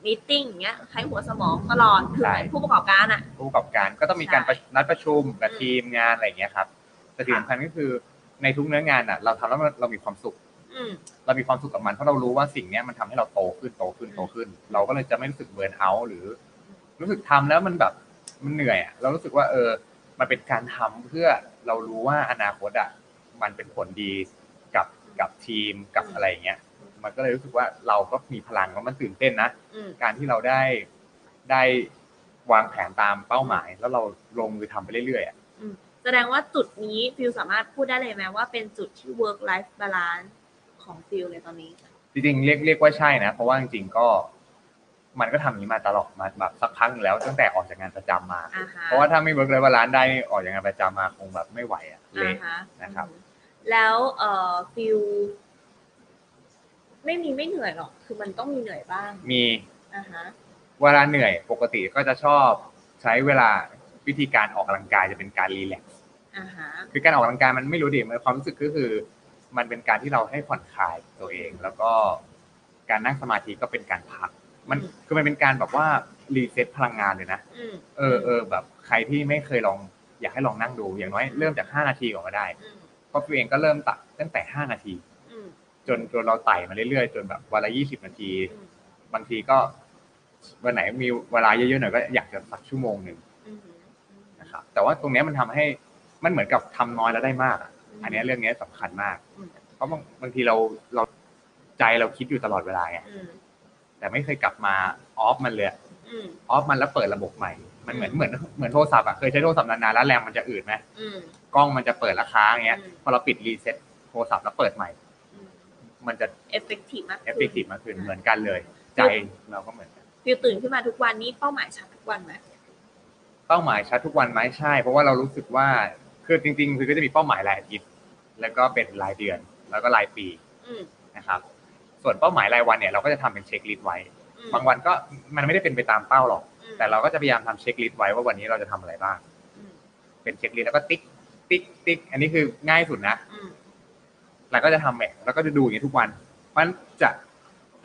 Speaker 2: มีติ้งเงี้ยใช้หัวสมองตลอดคือเหมือนผู้ประกอบการอ่ะ
Speaker 1: ผู้ประกอบการก็ต้องมีการประนัดประชุมกับ
Speaker 2: อืม
Speaker 1: ทีมงานอะไรอย่างเงี้ยครับแต่สิ่งสำคัญก็คือในทุกเนื้องานอ่ะ เราทำแล้วมันเรามีความสุข
Speaker 2: อืม
Speaker 1: เรามีความสุขกับมันเพราะเรารู้ว่าสิ่งเนี้ยมันทำให้เราโตขึ้นโตขึ้นโตขึ้น เราก็เลยจะไม่รู้สึกเบิร์นเอาท์หรือ รู้สึกทำแล้วมันแบบมันเหนื่อยอะเรารู้สึกว่าเออ มันเป็นการทำเพื่อเรารู้ว่าอนาคตอ่ะมันเป็นผลดีกับกับทีมกับ
Speaker 2: อืม
Speaker 1: อะไรอย่างเงี้ยมันก็เลยรู้สึกว่าเราก็มีพลังแล้วมันตื่นเต้นนะ
Speaker 2: อืม
Speaker 1: การที่เราได้ได้วางแผนตามเป้าหมาย แล้วเราลงมือทำไปเรื่อยๆอะ
Speaker 2: อืมแสดงว่าจุดนี้ฟิลสามารถพูดได้เลยไหมว่าเป็นจุดที่ work life balance ของฟิลเลยตอนนี้
Speaker 1: จริงๆเรียกเรียกว่าใช่นะ เพราะว่าจริงๆก็ มันก็ทำอย่างนี้มาตลอดมาแบบสักพักหนึ่งแล้วตั้งแต่ออกจากงานประจำมา
Speaker 2: อ่าฮะ
Speaker 1: เพราะว่าถ้าไม่เวิร์กเลยว่าร้านได้นี่ออกจากงานประจำมาคงแบบไม่ไหวอะเละ
Speaker 2: อ่าฮะ
Speaker 1: นะครับ
Speaker 2: อืมแล้วเอ่อฟิลไม่มีไม่เหนื่อยหรอก คือมันต้องมีเหนื่อยบ้าง
Speaker 1: มี
Speaker 2: อ่าฮะ
Speaker 1: เวลาเหนื่อยปกติก็จะชอบใช้เวลาวิธีการออกกำลังกายจะเป็นการรีแลกซ์
Speaker 2: อ่าฮะ
Speaker 1: คือการออกกำลังกายมันไม่รู้ดิมันความรู้สึกก็คือ มันเป็นการที่เราให้ผ่อนคลายตัวเอง แล้วก็การนั่งสมาธิก็เป็นการพัก มันคือมันเป็นการแบบว่ารีเซ็ตพลังงานเลยนะ
Speaker 2: อืม
Speaker 1: เออเออแบบใครที่ไม่เคยลองอยากให้ลองนั่งดูอย่างน้อยเริ่มจาก 5 นาทีก่อนก็ได้
Speaker 2: อืม
Speaker 1: เพราะตัวเองก็เริ่มตัดตั้งแต่ 5 นาที
Speaker 2: อืม
Speaker 1: จนจนเราไต่มาเรื่อยๆ จนแบบวันละ 20 นาที
Speaker 2: อืม
Speaker 1: บางทีก็วันไหนมีเวลาเยอะๆหน่อยก็อยากจะสักชั่วโมงหนึ่ง
Speaker 2: อืม
Speaker 1: นะครับแต่ว่าตรงเนี้ยมันทำให้มันเหมือนกับทำน้อยแล้วได้มากอะ
Speaker 2: ม
Speaker 1: อันเนี้ยเรื่องเนี้ยสำคัญมาก
Speaker 2: อืม
Speaker 1: เพราะบางบางทีเราเราใจเราคิดอยู่ตลอดเวลาไง
Speaker 2: อืม
Speaker 1: แต่ไม่เคยกลับมาออฟมันเลยอะ
Speaker 2: อืม
Speaker 1: ออฟมันแล้วเปิดระบบใหม่ มันเหมือน
Speaker 2: อืม
Speaker 1: เหมือนเหมือนโทรศัพท์อะเคยใช้โทรศัพท์นานๆแล้วแรมมันจะอืดไหม
Speaker 2: อืม
Speaker 1: กล้องมันจะเปิดราคาอย่างเงี้ย
Speaker 2: อืม
Speaker 1: พอเราปิดรีเซ็ตโทรศัพท์แล้วเปิดใหม่
Speaker 2: อืม
Speaker 1: มันจะ
Speaker 2: effective มาก
Speaker 1: เอฟเฟกติฟมากขึ้นเหมือนกันเลย ใจเราก็เหมือนกัน
Speaker 2: ฟิลตื่นขึ้นมาทุกวันนี้เป้าหมายชัดทุกวันไหม
Speaker 1: เป้าหมายชัดทุกวันไหมใช่ เพราะว่าเรารู้สึกว่าคือจริง ๆ คือก็จะมีเป้าหมายรายอาทิตย์แล้วก็เป็นรายเดือน แล้วก็รายปี
Speaker 2: อืม
Speaker 1: นะครับ ส่วนเป้าหมายรายวันเนี่ยเราก็จะทำเป็นเช็คลิสต์ไว้
Speaker 2: อืม
Speaker 1: บางวันก็มันไม่ได้เป็นไปตามเป้าหรอก
Speaker 2: อืม
Speaker 1: แต่เราก็จะพยายามทำเช็คลิสต์ไว้ว่าวันนี้เราจะทำอะไรบ้าง
Speaker 2: อืม
Speaker 1: เป็นเช็คลิสต์แล้วก็ติ๊กติ๊กติ๊กอันนี้คือง่ายสุดนะ
Speaker 2: อืม
Speaker 1: เราก็จะทำแบบแล้วก็จะดูอย่างนี้ทุกวันมันจะ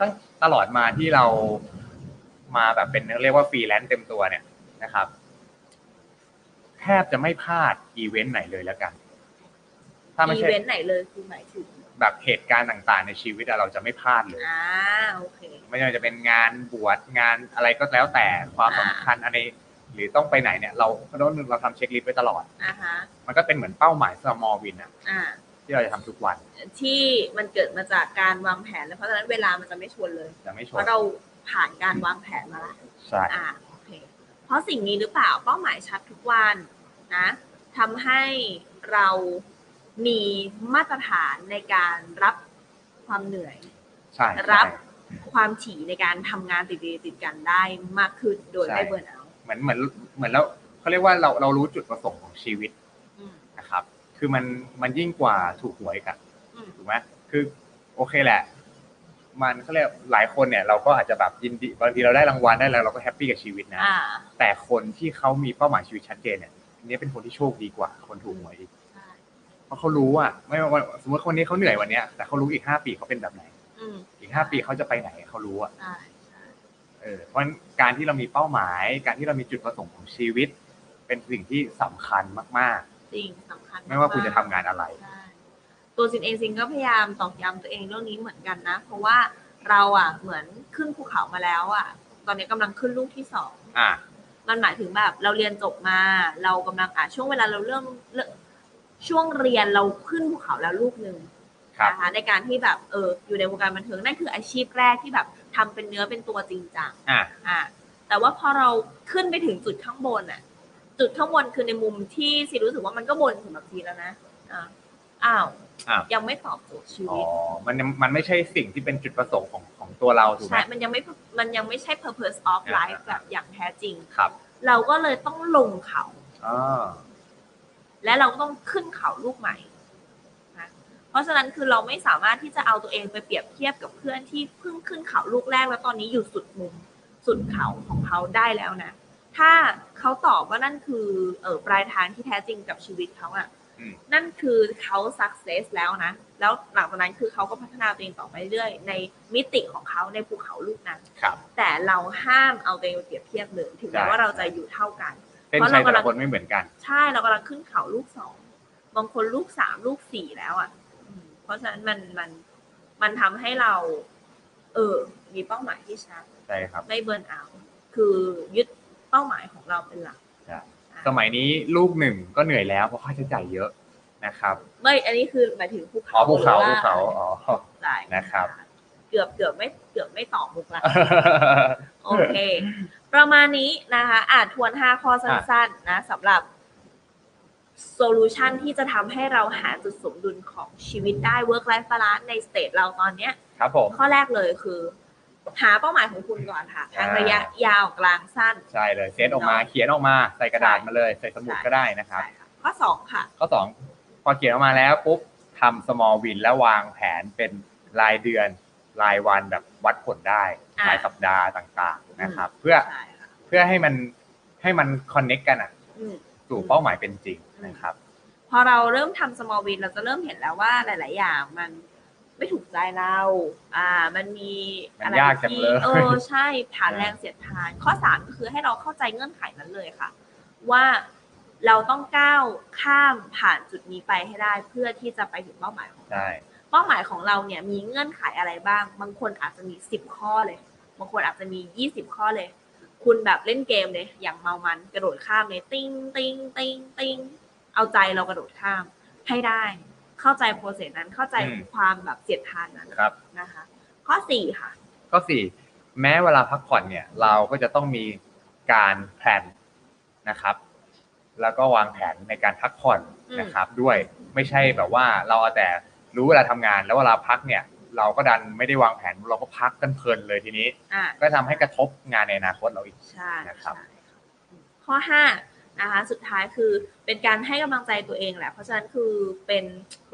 Speaker 1: ตั้งตลอดมาที่เรามาแบบเป็นเรียกว่าฟรีแลนซ์เต็มตัวเนี่ยนะครับ แทบจะไม่พลาดอีเวนต์ไหนเลยแล้วกัน ถ้าไม่
Speaker 2: อี
Speaker 1: ใช่
Speaker 2: เวนต์ไหนเลยคือหมายถึง
Speaker 1: แบบเหตุการณ์ต่างๆ ในชีวิตอะเราจะไม่พลาดเลย
Speaker 2: อ่าโอเค
Speaker 1: ไม่ว่าจะเป็นงานบวชงานอะไรก็แล้วแต่ความสำคัญอะไรหรือต้องไปไหนเนี่ย เราเราเราทำเช็คลิสต์ไว้ตลอด
Speaker 2: อ่าฮะ
Speaker 1: มันก็เป็นเหมือนเป้าหมาย small win อะ
Speaker 2: อ่า
Speaker 1: ที่เราจะทำทุกวัน
Speaker 2: ที่มันเกิดมาจากการวางแผนแล้วเพราะฉะนั้นเวลามันจะไม่ชวนเลย
Speaker 1: จะไม่ช
Speaker 2: เพ
Speaker 1: น
Speaker 2: ราะเราผ่านการวางแผนมาละ
Speaker 1: ใช่
Speaker 2: อ่าโอเค พ ราะสิ่งนี้หรือเปล่าเป้าหมายชัดทุกวันนะทำให้เรามีมาตรฐานในการรับความเหนื่อย
Speaker 1: ใช่
Speaker 2: รับ
Speaker 1: ใช่
Speaker 2: ความถี่ในการทำงานติดๆติดกันได้มากขึ้นโดย
Speaker 1: ใช่
Speaker 2: ไม่เบิร์นเอาท์
Speaker 1: เหมือนเหมือนเหมือนแล้วเขาเรียกว่าเราเรารู้จุดประสงค์ของชีวิต
Speaker 2: อืม
Speaker 1: นะครับ คือมันมันยิ่งกว่าถูกหวยกัน
Speaker 2: อืม
Speaker 1: ถูกไหมคือโอเคแหละ มันเขาเรียกหลายคนเนี่ยเราก็อาจจะแบบยินดีบางทีเราได้รางวัลได้แล้วเราก็แฮปปี้กับชีวิตนะ
Speaker 2: อ่า
Speaker 1: แต่คนที่เขามีเป้าหมายชีวิตชัดเจนเนี่ยอันนี้เป็นคนที่โชคดีกว่า คนถูกหวยอีก
Speaker 2: ใช่
Speaker 1: เพราะเขารู้ว่าไม่ว่าสมมติคนนี้เขาเหนื่อยวันเนี้ยแต่เขารู้อีกห้าปีเขาเป็นแบบไหน
Speaker 2: อืม
Speaker 1: อีกห้าปีเขาจะไปไหนเขารู้อะ
Speaker 2: ใช่ใช่
Speaker 1: เออเพราะฉะนั้นการที่เรามีเป้าหมาย การที่เรามีจุดประสงค์ของชีวิต เป็นสิ่งที่สำคัญมาก
Speaker 2: จริงสำคัญ
Speaker 1: ๆ ไม่ว่า
Speaker 2: ๆ
Speaker 1: คุณจะทำงานอะไร
Speaker 2: ใช่ตัวซินเองซินก็พยายามตอกย้ำตัวเองเรื่องนี้เหมือนกันนะ เพราะว่าเราอ่ะเหมือนขึ้นภูเขามาแล้วอ่ะ ตอนนี้กำลังขึ้นลูกที่สอง
Speaker 1: อ่ะ
Speaker 2: มันหมายถึงแบบเราเรียนจบมา เรากำลังอ่ะช่วงเวลาเราเริ่มเริ่มช่วงเรียนเราขึ้นภูเขาแล้วลูกหนึ่ง
Speaker 1: ครับ
Speaker 2: นะคะในการที่แบบเอออยู่ในวงการบันเทิงนั่นคืออาชีพแรกที่แบบทำเป็นเนื้อเป็นตัวจริงจัง
Speaker 1: อ่ะ
Speaker 2: อ่ะแต่ว่าพอเราขึ้นไปถึงจุดข้างบนอ่ะ จุดข้างบนคือในมุมที่ซีรู้สึกว่ามันก็บนสำหรับซีแล้วนะอ่ะอ้าว
Speaker 1: อ้าว
Speaker 2: ยังไม่ตอบโจทย์ชี
Speaker 1: อ๋อ
Speaker 2: วิต
Speaker 1: มันมันไม่ใช่สิ่งที่เป็นจุดประสงค์ของของตัวเราถูกไหม
Speaker 2: ใช่มันยังไม่มันยังไม่ใช่ purpose of
Speaker 1: อ่า
Speaker 2: life แบบอย่างแท้จริง
Speaker 1: ครับ
Speaker 2: เราก็เลยต้องลงเขา
Speaker 1: อ๋อ
Speaker 2: และเราก็ต้องขึ้นเขาลูกใหม่นะเพราะฉะนั้นคือเราไม่สามารถที่จะเอาตัวเองไปเปรียบเทียบกับเพื่อนที่เพิ่งขึ้นเขาลูกแรกแล้วตอนนี้อยู่สุดมุมสุดเขาของเขาได้แล้วนะ ถ้าเขาตอบว่านั่นคือเออปลายทางที่แท้จริงกับชีวิตเขาอะ
Speaker 1: อืม
Speaker 2: นั่นคือเขา success แล้วนะ แล้วหลังจากนั้นคือเขาก็พัฒนาตัวเองต่อไปเรื่อยในมิติของเขาในภูเขาลูกนั้น
Speaker 1: ครับ
Speaker 2: แต่เราห้ามเอาตัวเองไปเปรียบเทียบเลยถึงแม้ว่าเราจะอยู่เท่ากัน
Speaker 1: เส้นชัยแต่ละคนไม่เหมือนกัน
Speaker 2: ใช่เรากำลังขึ้นเขาลูกสองบางคนลูกสามลูกสี่แล้วอ่ะอืมเพราะฉะนั้นมันมันมันทำให้เรา เออ มีเป้าหมายที่ชัด
Speaker 1: ใช่ครับ
Speaker 2: ไม่เบิร์นเอาท์คือยึดเป้าหมายของเราเป็นหลัก
Speaker 1: ใช่
Speaker 2: อ่ะ
Speaker 1: สมัยนี้ลูกหนึ่งก็เหนื่อยแล้วเพราะค่าใช้จ่ายเยอะนะครับ
Speaker 2: ไม่อันนี้คือหมายถึงภู
Speaker 1: อ๋
Speaker 2: เขา
Speaker 1: อภูเขา
Speaker 2: หรือว่
Speaker 1: ภูเขาอ๋อ
Speaker 2: ใช่
Speaker 1: นะครับ
Speaker 2: เกือบเกือบไม่เกือบไม่ตอบมุกละ โอเค ประมาณนี้นะคะอาจทวน 5 ข้อสั้นๆนะสำหรับโซลูชันที่จะทำให้เราหาจุดสมดุลของชีวิตได้ work life balance ในสเตจเราตอนเนี้ย
Speaker 1: ครับผม
Speaker 2: ข้อแรกเลยคือ หาเป้าหมายของคุณก่อนค่ะ
Speaker 1: อ่า
Speaker 2: ทางระยะยาวกลางสั้น
Speaker 1: ใช่เลยเซตออกมาเขียนออกมาใส่กระดาษมาเลย ใส่สมุดก็ได้นะครับ
Speaker 2: ใช่ค่ะข้อสองค่ะ
Speaker 1: ข้อสองพอเขียนออกมาแล้วปุ๊บทำ small win แล้ววางแผนเป็นรายเดือน รายวันแบบวัดผลได้
Speaker 2: อ่าร
Speaker 1: ายสัปดาห์ต่างๆนะครับ เพื่อ
Speaker 2: ใช่ค่ะ
Speaker 1: เพื่อให้มันให้มัน connect กันอะ
Speaker 2: อืม
Speaker 1: สู่
Speaker 2: อืม
Speaker 1: เป้าหมายเป็นจริงนะครับ
Speaker 2: พอเราเริ่มทำ small win เราจะเริ่มเห็นแล้วว่าหลาย ๆ อย่างมันไม่ถูกใจเรา อ่า มันมีอะไร
Speaker 1: มันยากจัง
Speaker 2: ที่
Speaker 1: เลย
Speaker 2: เออใช่ผ่าน
Speaker 1: อ่า
Speaker 2: แรงเสียดทาน ข้อสามก็คือให้เราเข้าใจเงื่อนไขนั้นเลยค่ะ ว่าเราต้องก้าวข้ามผ่านจุดนี้ไปให้ได้เพื่อที่จะไปถึงเป้าหมายของเรา
Speaker 1: ใช่
Speaker 2: เป้าหมายของเราเนี่ยมีเงื่อนไขอะไรบ้าง บางคนอาจจะมีสิบข้อเลย บางคนอาจจะมียี่สิบข้อเลย คุณแบบเล่นเกมเลยอย่างเมามันกระโดดข้ามเลยติ้งติ้งติ้งติ้งเอาใจเรากระโดดข้าม ให้ได้ เข้าใจโปรเซสนั้นเข้าใจ
Speaker 1: อืม
Speaker 2: ความแบบเสียดทานนั้น
Speaker 1: ครับ
Speaker 2: นะคะ ข้อสี่ค่ะ
Speaker 1: ก็สี่แม้เวลาพักผ่อนเนี่ย เราก็จะต้องมีการแพลนนะครับ แล้วก็วางแผนในการพักผ่อน
Speaker 2: อืม
Speaker 1: นะครับ ด้วยไม่ใช่แบบว่าเราเอาแต่รู้เวลาทำงานแล้วเวลาพักเนี่ย เราก็ดันไม่ได้วางแผนเราก็พักกันเพลินเลยทีนี้
Speaker 2: อ่า
Speaker 1: ก็ทำให้กระทบงานในอนาคตเราอีก
Speaker 2: ใช่
Speaker 1: นะครับ
Speaker 2: ใช่ข้อห้านะคะ สุดท้ายคือเป็นการให้กำลังใจตัวเองแหละ เพราะฉะนั้นคือเป็น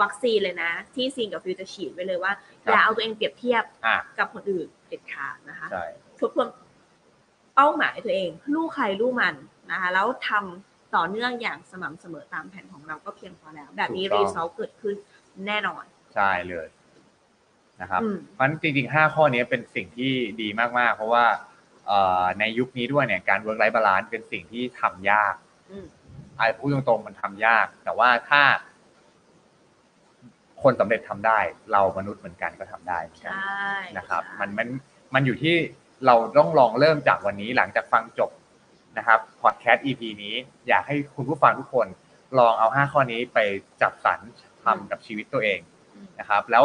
Speaker 2: วัคซีนเลยนะ ที่ซีนกับฟิวจะฉีดไปเลยว่าอย่าเอาตัวเองเปรียบเทียบ
Speaker 1: อ่ะ
Speaker 2: กับคนอื่นเด็ดขาดนะคะ
Speaker 1: ใช่
Speaker 2: ทบทวนเป้าหมายตัวเอง ลูกใครลูกมันนะคะแล้วทำต่อเนื่องอย่างสม่ำเสมอตามแผนของเราก็เพียงพอแล้ว แบบนี้รีซอลเกิดขึ้นแน่นอน
Speaker 1: ใช่เลยนะครับ
Speaker 2: อืม
Speaker 1: เพราะฉะนั้นจริงๆ 5 ข้อนี้เป็นสิ่งที่ดีมากๆ เพราะว่าเอ่อในยุคนี้ด้วยเนี่ยการเวิร์กไลฟ์บาลานซ์เป็นสิ่งที่ทำยาก
Speaker 2: อืม
Speaker 1: อาจพูดตรงๆมันทำยาก แต่ว่าถ้า คนสำเร็จทำได้ เรามนุษย์เหมือนกันก็ทำได้เหมือน
Speaker 2: ใช
Speaker 1: กัน่ นะครับ
Speaker 2: ใช่
Speaker 1: มันมันมันอยู่ที่เราต้องลองเริ่มจากวันนี้หลังจากฟังจบนะครับพอดแคสต์ EP นี้ อยากให้คุณผู้ฟังทุกคน ลองเอาห้าข้อนี้ไปจับสรรทำกับชีวิตตัวเอง
Speaker 2: อืม
Speaker 1: นะครับ แล้ว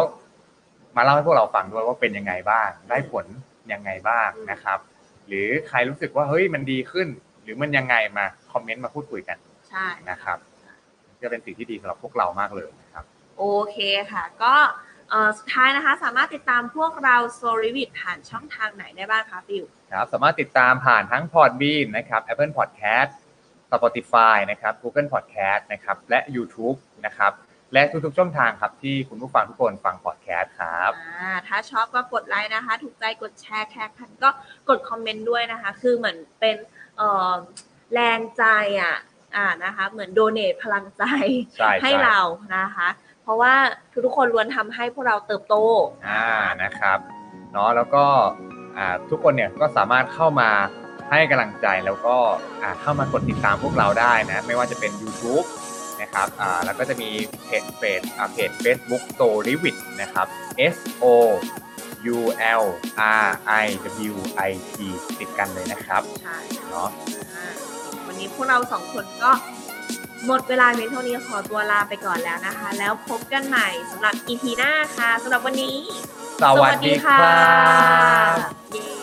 Speaker 1: มาเล่าให้พวกเราฟังด้วยว่าเป็นยังไงบ้าง ได้ผลยังไงบ้างนะครับ หรือใครรู้สึกว่าเฮ้ยมันดีขึ้น หรือมันยังไงมาคอมเมนต์มาพูดคุยกัน
Speaker 2: ใช่
Speaker 1: นะครับจะเป็นสิ่งที่ดีสำหรับพวกเรามากเลยนะครับ
Speaker 2: โอเคค่ะ ก็เอ่อสุดท้ายนะคะ สามารถติดตามพวกเราโซลิวิทผ่านช่องทางไหนได้บ้างคะฟิว
Speaker 1: ครับสามารถติดตามผ่านทั้ง Podbean นะครับ Apple Podcast Spotify นะครับ Google Podcast นะครับ และ YouTube นะครับ และทุกๆช่องทางครับที่คุณผู้ฟังทุกคนฟัง podcast ครับ
Speaker 2: อ่าถ้าชอบก็กดไลค์นะคะ ถูกใจกดแชร์แคร์พันก็กดคอมเมนต์ด้วยนะคะ คือเหมือนเป็นเอ่อแรงใจอ่ะอ่านะคะ เหมือนโดเนทพลังใจ
Speaker 1: ใช่
Speaker 2: ให้เรานะคะ เพราะว่าทุกๆคนล้วนทำให้พวกเราเติบโต
Speaker 1: อ่านะครับเนาะแล้วก็อ่าทุกคนเนี่ยก็สามารถเข้ามาให้กำลังใจแล้วก็อ่าเข้ามากดติดตามพวกเราได้นะ ไม่ว่าจะเป็น YouTube นะครับอ่าแล้วก็จะมีเพจเฟซอ่าเพจ Facebook s o l i v i t นะครับ S O U L R I W I T ติดกันเลยนะครับ
Speaker 2: ใช่ค่ะ
Speaker 1: เนาะ
Speaker 2: อ่าวันนี้พวกเราสองคนก็หมดเวลาเพียงเท่านี้ขอตัวลาไปก่อนแล้วนะคะ แล้วพบกันใหม่สำหรับ EP หน้าค่ะสำหรับวันนี้
Speaker 1: สวัสดีครับ
Speaker 2: เย้